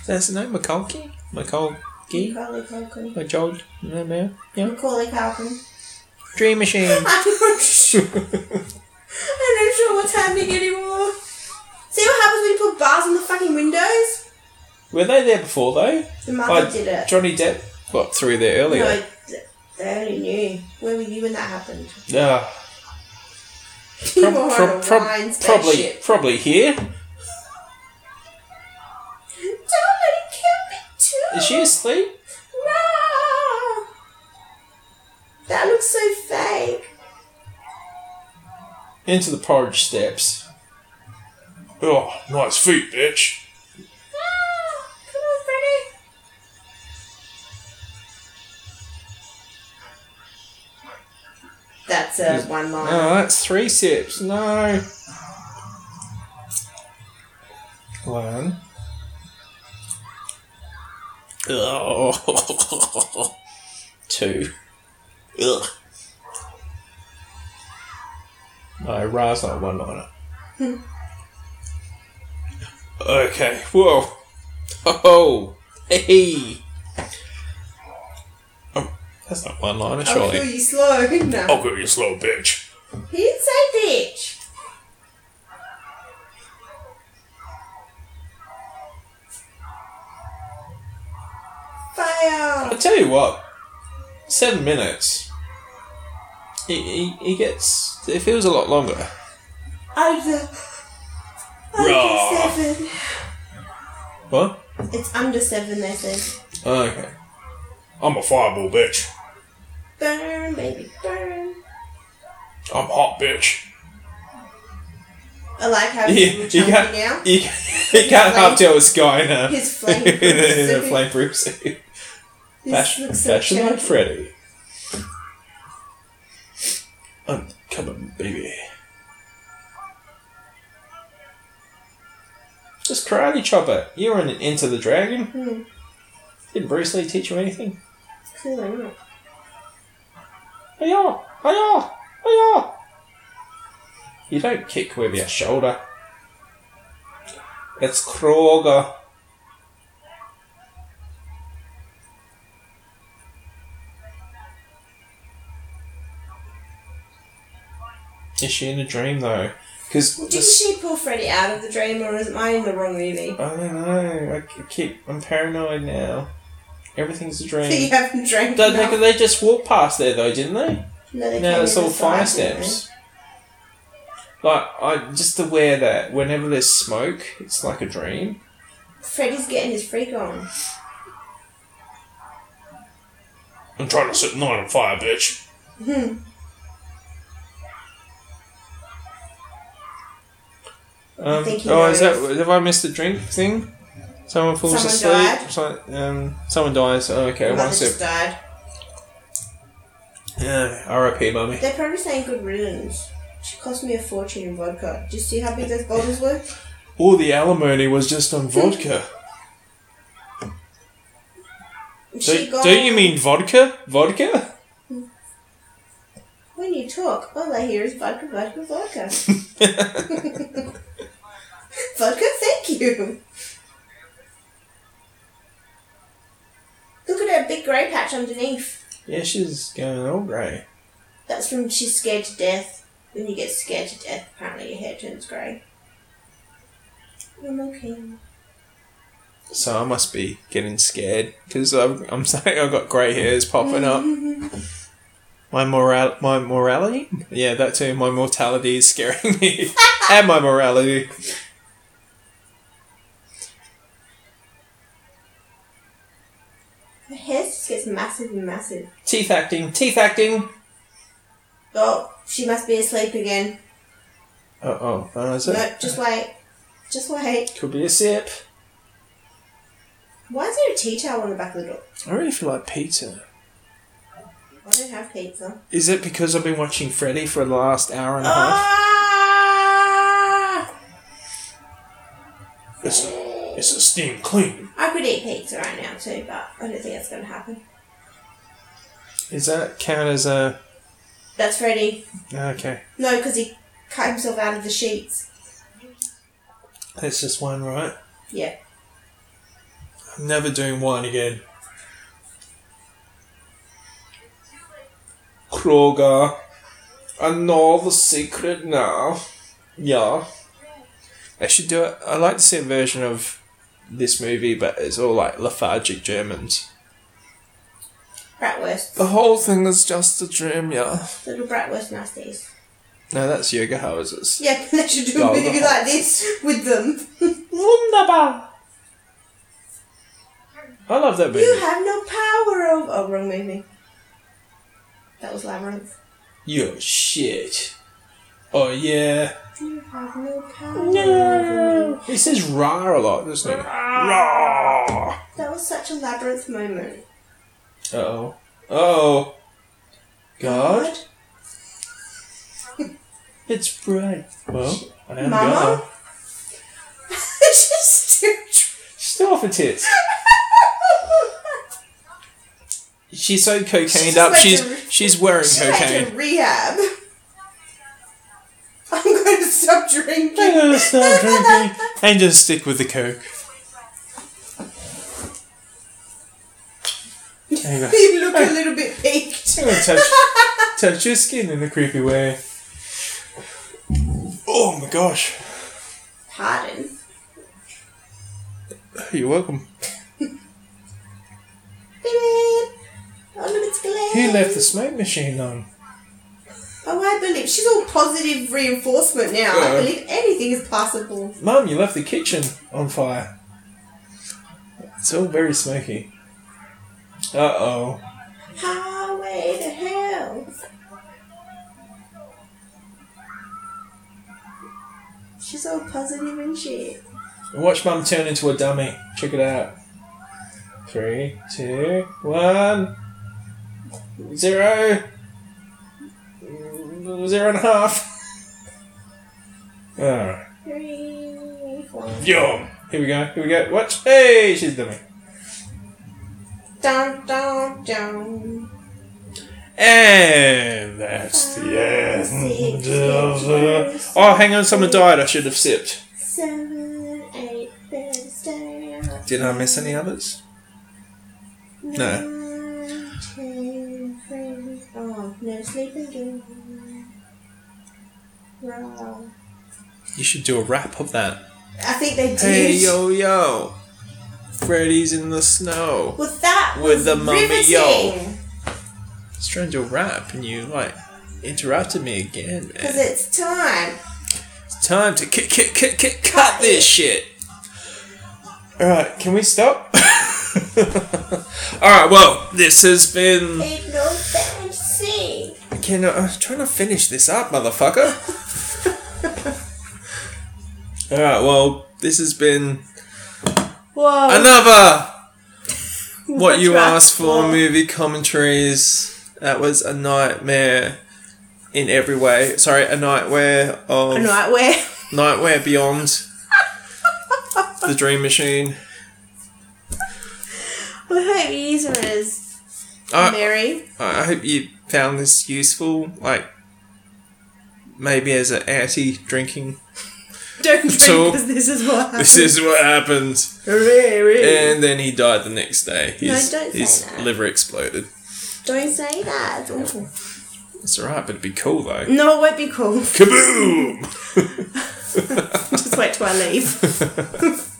S1: That's the name McCulkey? McCulkey?
S2: Macaulay Culkin.
S1: McJold? No, no. Yeah.
S2: Macaulay Culkin.
S1: Dream Machine.
S2: I'm not sure. I'm not sure what's happening anymore. See what happens when you put bars on the fucking windows?
S1: Were they there before though?
S2: The mother
S1: Oh,
S2: did it.
S1: Johnny Depp got through there earlier.
S2: No, th- they only knew. Where were you when that happened?
S1: Yeah.
S2: You
S1: Prob-
S2: were on
S1: prob-
S2: a
S1: prob-
S2: wine
S1: probably,
S2: spaceship.
S1: probably here.
S2: Somebody killed me too.
S1: Is she asleep?
S2: No. That looks so fake.
S1: Into the porridge steps.
S3: Oh, nice feet, bitch.
S2: Ah, come on, Freddy. That's a one line.
S1: Oh, that's three sips. No. One. Oh. Two. Ugh. No, Ra's not a one liner. okay. Whoa. Oh. Hey. Oh, that's not one liner,
S2: I'll
S1: surely.
S2: kill you slow. No.
S1: Oh,
S3: I'll go you slow, bitch.
S2: He didn't say bitch.
S1: I
S2: Fire.
S1: tell you what, seven minutes. He, he, he gets. It feels a lot longer.
S2: Under.
S3: Raw.
S2: Under seven.
S1: What?
S2: It's under seven, they said.
S1: Oh, okay.
S3: I'm a fireball, bitch.
S2: Burn, baby, burn.
S3: I'm hot, bitch.
S2: I like how
S1: You,
S2: he's
S1: you
S2: chunky now.
S1: can't, you, you can't half tell a sky in a,
S2: His flame
S1: in a
S2: proof suit.
S1: flameproof suit.
S2: This
S1: Fashion,
S2: looks so
S1: fashion like
S2: chunky.
S1: Freddy. Um, come on, baby. Just karate chopper. You were in Into the Dragon.
S2: Hmm.
S1: Did Bruce Lee teach you anything?
S2: Clearly not.
S1: Hiya! Hiya! Hiya! You don't kick with your shoulder. It's Kroger. Is she in a dream though? Because
S2: Didn't she pull Freddy out of the dream, or is mine the wrong movie?
S1: I don't know. I c- keep. I'm paranoid now. Everything's a
S2: So you
S1: dream.
S2: haven't drank
S1: Don't
S2: enough.
S1: think they just walked past there though, didn't they?
S2: No, they
S1: No,
S2: came
S1: it's
S2: in
S1: all
S2: the
S1: fire
S2: side, didn't
S1: steps. Like I just aware that whenever there's smoke, it's like a dream.
S2: they? Freddy's getting his freak on.
S3: I'm trying to set nine on fire, bitch.
S2: Hmm.
S1: Um,
S2: think he
S1: oh, is that
S2: knows.
S1: have I missed the drink thing? Someone falls
S2: Someone
S1: asleep.
S2: died.
S1: So, um, someone dies. Oh, okay,
S2: Mother
S1: one
S2: just
S1: sip.
S2: died.
S1: Yeah, R.I.P. Mummy.
S2: They're probably saying good riddance. She cost me a fortune in vodka. Do you see how big those bottles were?
S1: All the alimony was just on vodka.
S2: She
S1: do,
S2: got-
S1: don't you mean vodka? Vodka?
S2: When you talk, all I hear is vodka, vodka, vodka. vodka, thank you. Look at her big grey patch underneath.
S1: Yeah, she's going all grey.
S2: That's from she's scared to death. When you get scared to death, apparently your hair turns grey. I'm okay.
S1: So I must be getting scared because I'm, I'm saying I've got grey hairs popping up. My moral, my morality. Yeah, that too. My mortality is scaring me, and my morality.
S2: Her hair just gets massive and massive.
S1: Teeth acting, teeth acting.
S2: Oh, she must be asleep again.
S1: Uh oh, uh, is it?
S2: No, just wait. Just wait.
S1: Could be a sip.
S2: Why is there a tea towel on the back of the door?
S1: I really feel like pizza.
S2: I don't have pizza.
S1: Is it because I've been watching Freddy for the last hour and a half?
S2: Ah!
S3: It's a, it's a steam clean.
S2: I could eat pizza right now too, but I don't think that's going to happen.
S1: Is that count as a?
S2: That's Freddy.
S1: Okay,
S2: No, because he cut himself out of the sheets.
S1: that's just one, right?
S2: Yeah.
S1: I'm never doing wine again. Kroger, I know the secret now. Yeah. They should do it. I'd like to see a version of this movie, but it's all like lethargic Germans.
S2: Bratwurst.
S1: The whole thing is just a dream, yeah.
S2: Little bratwurst nasties.
S1: No, that's yoga houses.
S2: Yeah, they should do a
S1: Oh,
S2: movie
S1: God.
S2: like this with them.
S1: Wunderbar! I love that
S2: you
S1: movie.
S2: have no power over. Oh, wrong movie. That was Labyrinth.
S1: You're shit. Oh, yeah.
S2: You have no power.
S1: No! He says rah a lot, doesn't he? Rah!
S2: That was such a Labyrinth moment.
S1: Uh oh. Oh. God? It's bright. Well, I am God.
S2: Mama? She's still tr-
S1: Still off her tits. She's so cocaine up.
S2: like
S1: she's
S2: a-
S1: she's wearing
S2: She's
S1: cocaine.
S2: like in rehab. I'm going to stop drinking.
S1: I'm gonna stop drinking and just stick with the coke. Anyway,
S2: you look a little bit peaked.
S1: I'm gonna touch, touch your skin in a creepy way. Oh my gosh.
S2: Pardon.
S1: You're welcome.
S2: Oh, look, it's
S1: Who
S2: Glenn.
S1: left the smoke machine on?
S2: Oh, I believe she's all positive reinforcement now. I
S1: Yeah.
S2: believe anything is possible.
S1: Mum, you left the kitchen on fire. It's all very smoky. Uh oh.
S2: Highway to hell. She's all positive and shit.
S1: Watch Mum turn into a dummy. Check it out. Three, two, one, zero, mm, zero and a half. Alright.
S2: Three, four.
S1: Yum. Here we go. Here we go. Watch. Hey, she's a dummy.
S2: Dun, dun, dun.
S1: And that's the end. of the- Oh, hang on. Someone died. I should have sipped.
S2: Seven, eight, Thursday.
S1: Did I miss any others? No.
S2: One, two, three. Oh, no sleep again. Wow.
S1: You should do a rap of that.
S2: I think they did.
S1: Hey yo yo, Freddy's in the snow.
S2: Well, that
S1: With
S2: was
S1: the mummy,
S2: riveting.
S1: yo. It's trying to rap, and you like interrupted me again,
S2: Because
S1: man.
S2: it's time.
S1: It's time to kick, kick, kick, kick, cut this shit. All right, can we stop? All right, well, this has been.
S2: Ain't no fancy.
S1: I cannot. I'm trying to finish this up, motherfucker. All right, well, this has been
S2: Whoa.
S1: another what you
S2: What's
S1: asked for
S2: wrong?
S1: movie commentaries that was a nightmare in every way sorry a nightmare of
S2: A nightwear.
S1: nightmare beyond the dream machine
S2: I hope you use it as
S1: I,
S2: merry.
S1: I hope you found this useful like maybe as an anti-drinking
S2: Don't drink
S1: so-
S2: because this is what happens.
S1: this is what happens and then he died the next day
S2: No,
S1: his,
S2: don't say
S1: his
S2: that.
S1: liver exploded
S2: Don't say that. It's awful.
S1: it's alright but it'd be cool though
S2: No, it won't be cool.
S1: kaboom
S2: Just wait till I leave.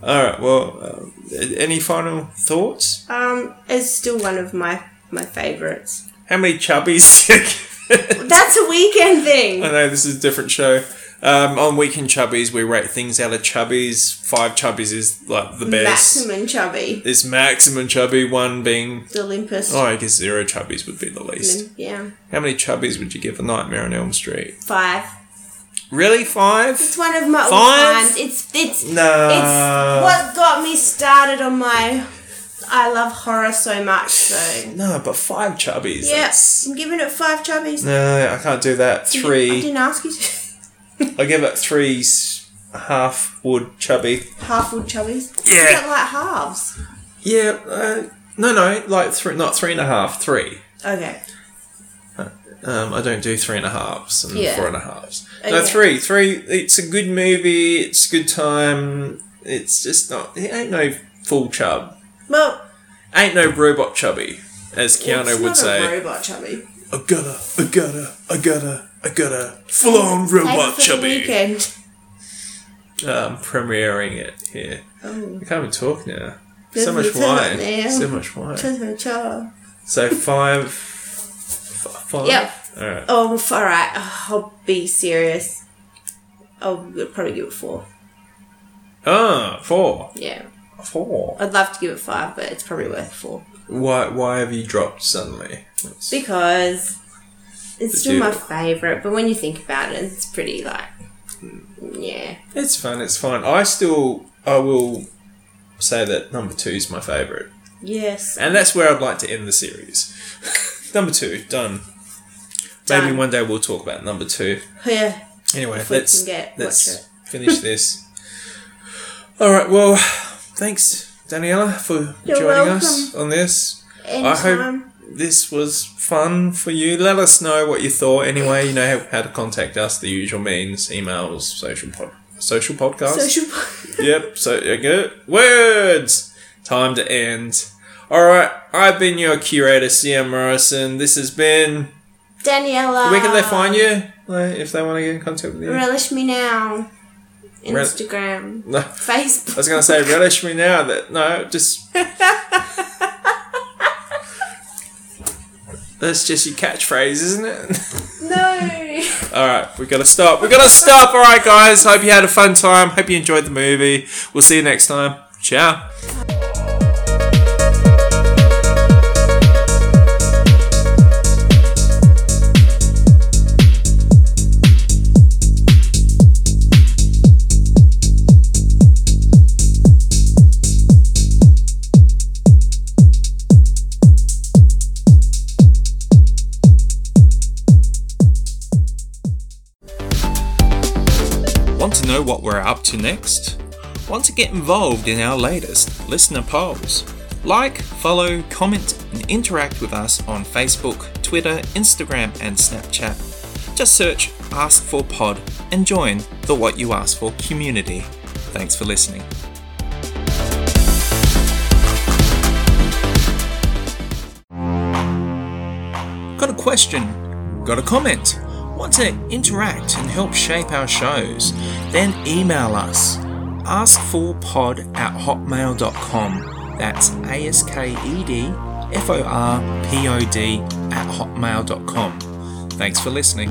S1: All right. Well, um, any final thoughts?
S2: Um, it's still one of my my favourites.
S1: How many chubbies? do you give it?
S2: That's a weekend thing.
S1: I know this is a different show. Um, on Weekend Chubbies, we rate things out of chubbies. Five chubbies is like the best.
S2: Maximum chubby.
S1: It's maximum chubby. One being,
S2: The limpest.
S1: oh, I guess zero chubbies would be the least.
S2: limp, Yeah.
S1: How many chubbies would you give a Nightmare on Elm Street?
S2: Five.
S1: Really, five?
S2: It's one of my all
S1: Five?
S2: time. It's it's
S1: No.
S2: It's what got me started on my. I love horror so much, so.
S1: No, but five chubbies.
S2: Yes,
S1: that's-
S2: I'm giving it five chubbies.
S1: No, I can't do that.
S2: I
S1: Three.
S2: didn't ask you to.
S1: I give it three s- half wood chubby.
S2: Half wood chubbies.
S1: Yeah.
S2: You don't like halves.
S1: Yeah, uh, no, no, like three, not three and a half, three.
S2: Okay.
S1: Um, I don't do three and a halves and
S2: Yeah. Oh,
S1: four and a halves. No,
S2: Okay.
S1: three, three. It's a good movie. It's a good time. It's just not. It ain't no full chub.
S2: Well,
S1: Ain't no robot chubby, as Keanu
S2: it's
S1: would
S2: not
S1: say.
S2: a robot chubby.
S1: I gotta, I gotta, I gotta, I gotta. Full on
S2: Take it
S1: robot
S2: for the
S1: chubby.
S2: weekend.
S1: um, premiering it here.
S2: Oh,
S1: I can't even talk now.
S2: Good
S1: so much
S2: for you,
S1: wine.
S2: Neil.
S1: So much wine.
S2: cha cha.
S1: So five. f- Five?
S2: Yep.
S1: Alright.
S2: Oh, f- all right. I'll be serious. I'll probably give it four.
S1: Oh, four.
S2: Yeah,
S1: Four.
S2: I'd love to give it five, but it's probably worth four
S1: Why, why have you dropped suddenly? It's-
S2: because it's still my
S1: Dude.
S2: favorite. But when you think about it, it's pretty like, yeah.
S1: It's fun, it's fun. I still, I will say that number two is my favourite.
S2: Yes.
S1: And that's where I'd like to end the series. number two, done.
S2: Done.
S1: Maybe one day we'll talk about number two.
S2: Yeah.
S1: Anyway,
S2: we
S1: let's
S2: can get- watch
S1: let's finish this. All right. Well, thanks, Daniela, for
S2: You're
S1: joining us on this. I
S2: Anytime.
S1: hope this was fun for you. Let us know what you thought. Anyway, you know how to contact us. The usual means: emails, social pod, social podcast.
S2: Social.
S1: Yep. So I get it. Words. Time to end. All right. I've been your curator, CM Morrison. This has been.
S2: Daniela.
S1: Where can they find you? Like, if they want to get in contact with you.
S2: Relish me now.
S1: Rel-
S2: Instagram.
S1: No.
S2: Facebook.
S1: I was gonna say relish me now that no, just That's just your catchphrase, isn't it?
S2: No.
S1: Alright, we gotta stop. We gotta stop, alright guys. Hope you had a fun time. Hope you enjoyed the movie. We'll see you next time. Ciao. Want to know what we're up to next? Want to get involved in our latest listener polls? Like, follow, comment, and interact with us on Facebook, Twitter, Instagram, and Snapchat. Just search Ask for Pod and join the What You Ask For community. Thanks for listening. Got a question? Got a comment? Want to interact and help shape our shows? Then email us askforpod at hotmail.com. That's A S K E D F O R P O D at hotmail.com. Thanks for listening.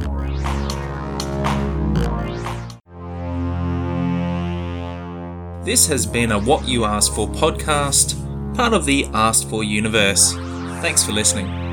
S1: This has been a What You Asked For podcast, part of the Asked For universe. Thanks for listening.